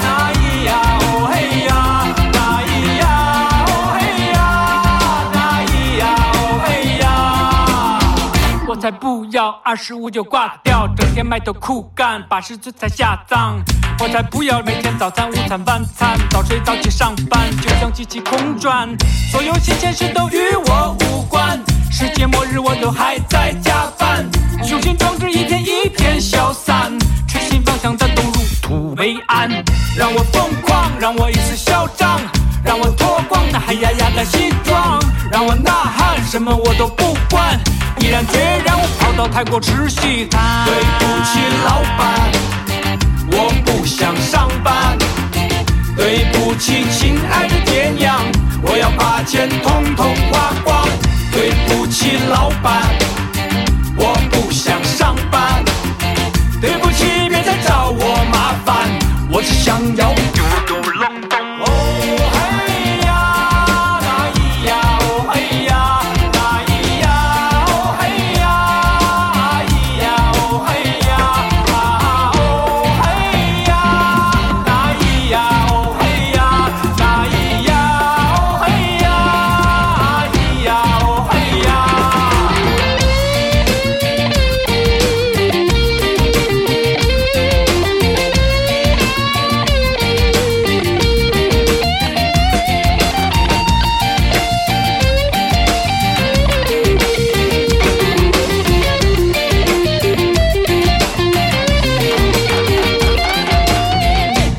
那咿呀哦嘿呀，那咿呀哦嘿呀，那咿呀哦嘿呀。我才不要二十五就挂掉，整天埋头苦干，把十岁才下葬。我才不要每天早餐、午餐、晚餐，早睡早起上班，就像机器空转，所有新鲜事都与我无关。世界末日我都还在加班，雄心壮志一天一天消散，痴心妄想在东入土为安，让我疯狂，让我一次嚣张，让我脱光那黑压压的西装，让我呐喊，什么我都不管，毅然决然我跑到泰国吃西餐。对不起，老板，我不想上班。对不起，亲爱的爹娘，我要把钱统统花光。对不起，老板，我不想上班。对不起，别再找我麻烦，我只想要嘟嘟隆咚。哦嘿呀，那咿呀哦嘿呀，那咿呀哦嘿呀，那咿呀哦嘿呀，啊哦嘿呀，那
oh,
咿呀哦嘿呀，那咿呀哦嘿
oh,
呀，那咿呀哦嘿
oh,
呀。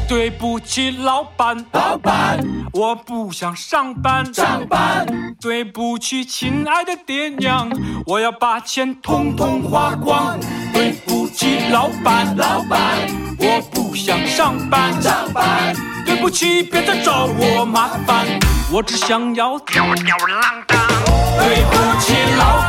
对不起，老板，老板，我不想上班，上班。对不起，亲爱的爹娘，我要把钱统统花光。对不起，老板，老板，我不想上班，上班。对不起，别再找我麻烦，我只想要吊儿郎当。对不起，老板。哦
oh,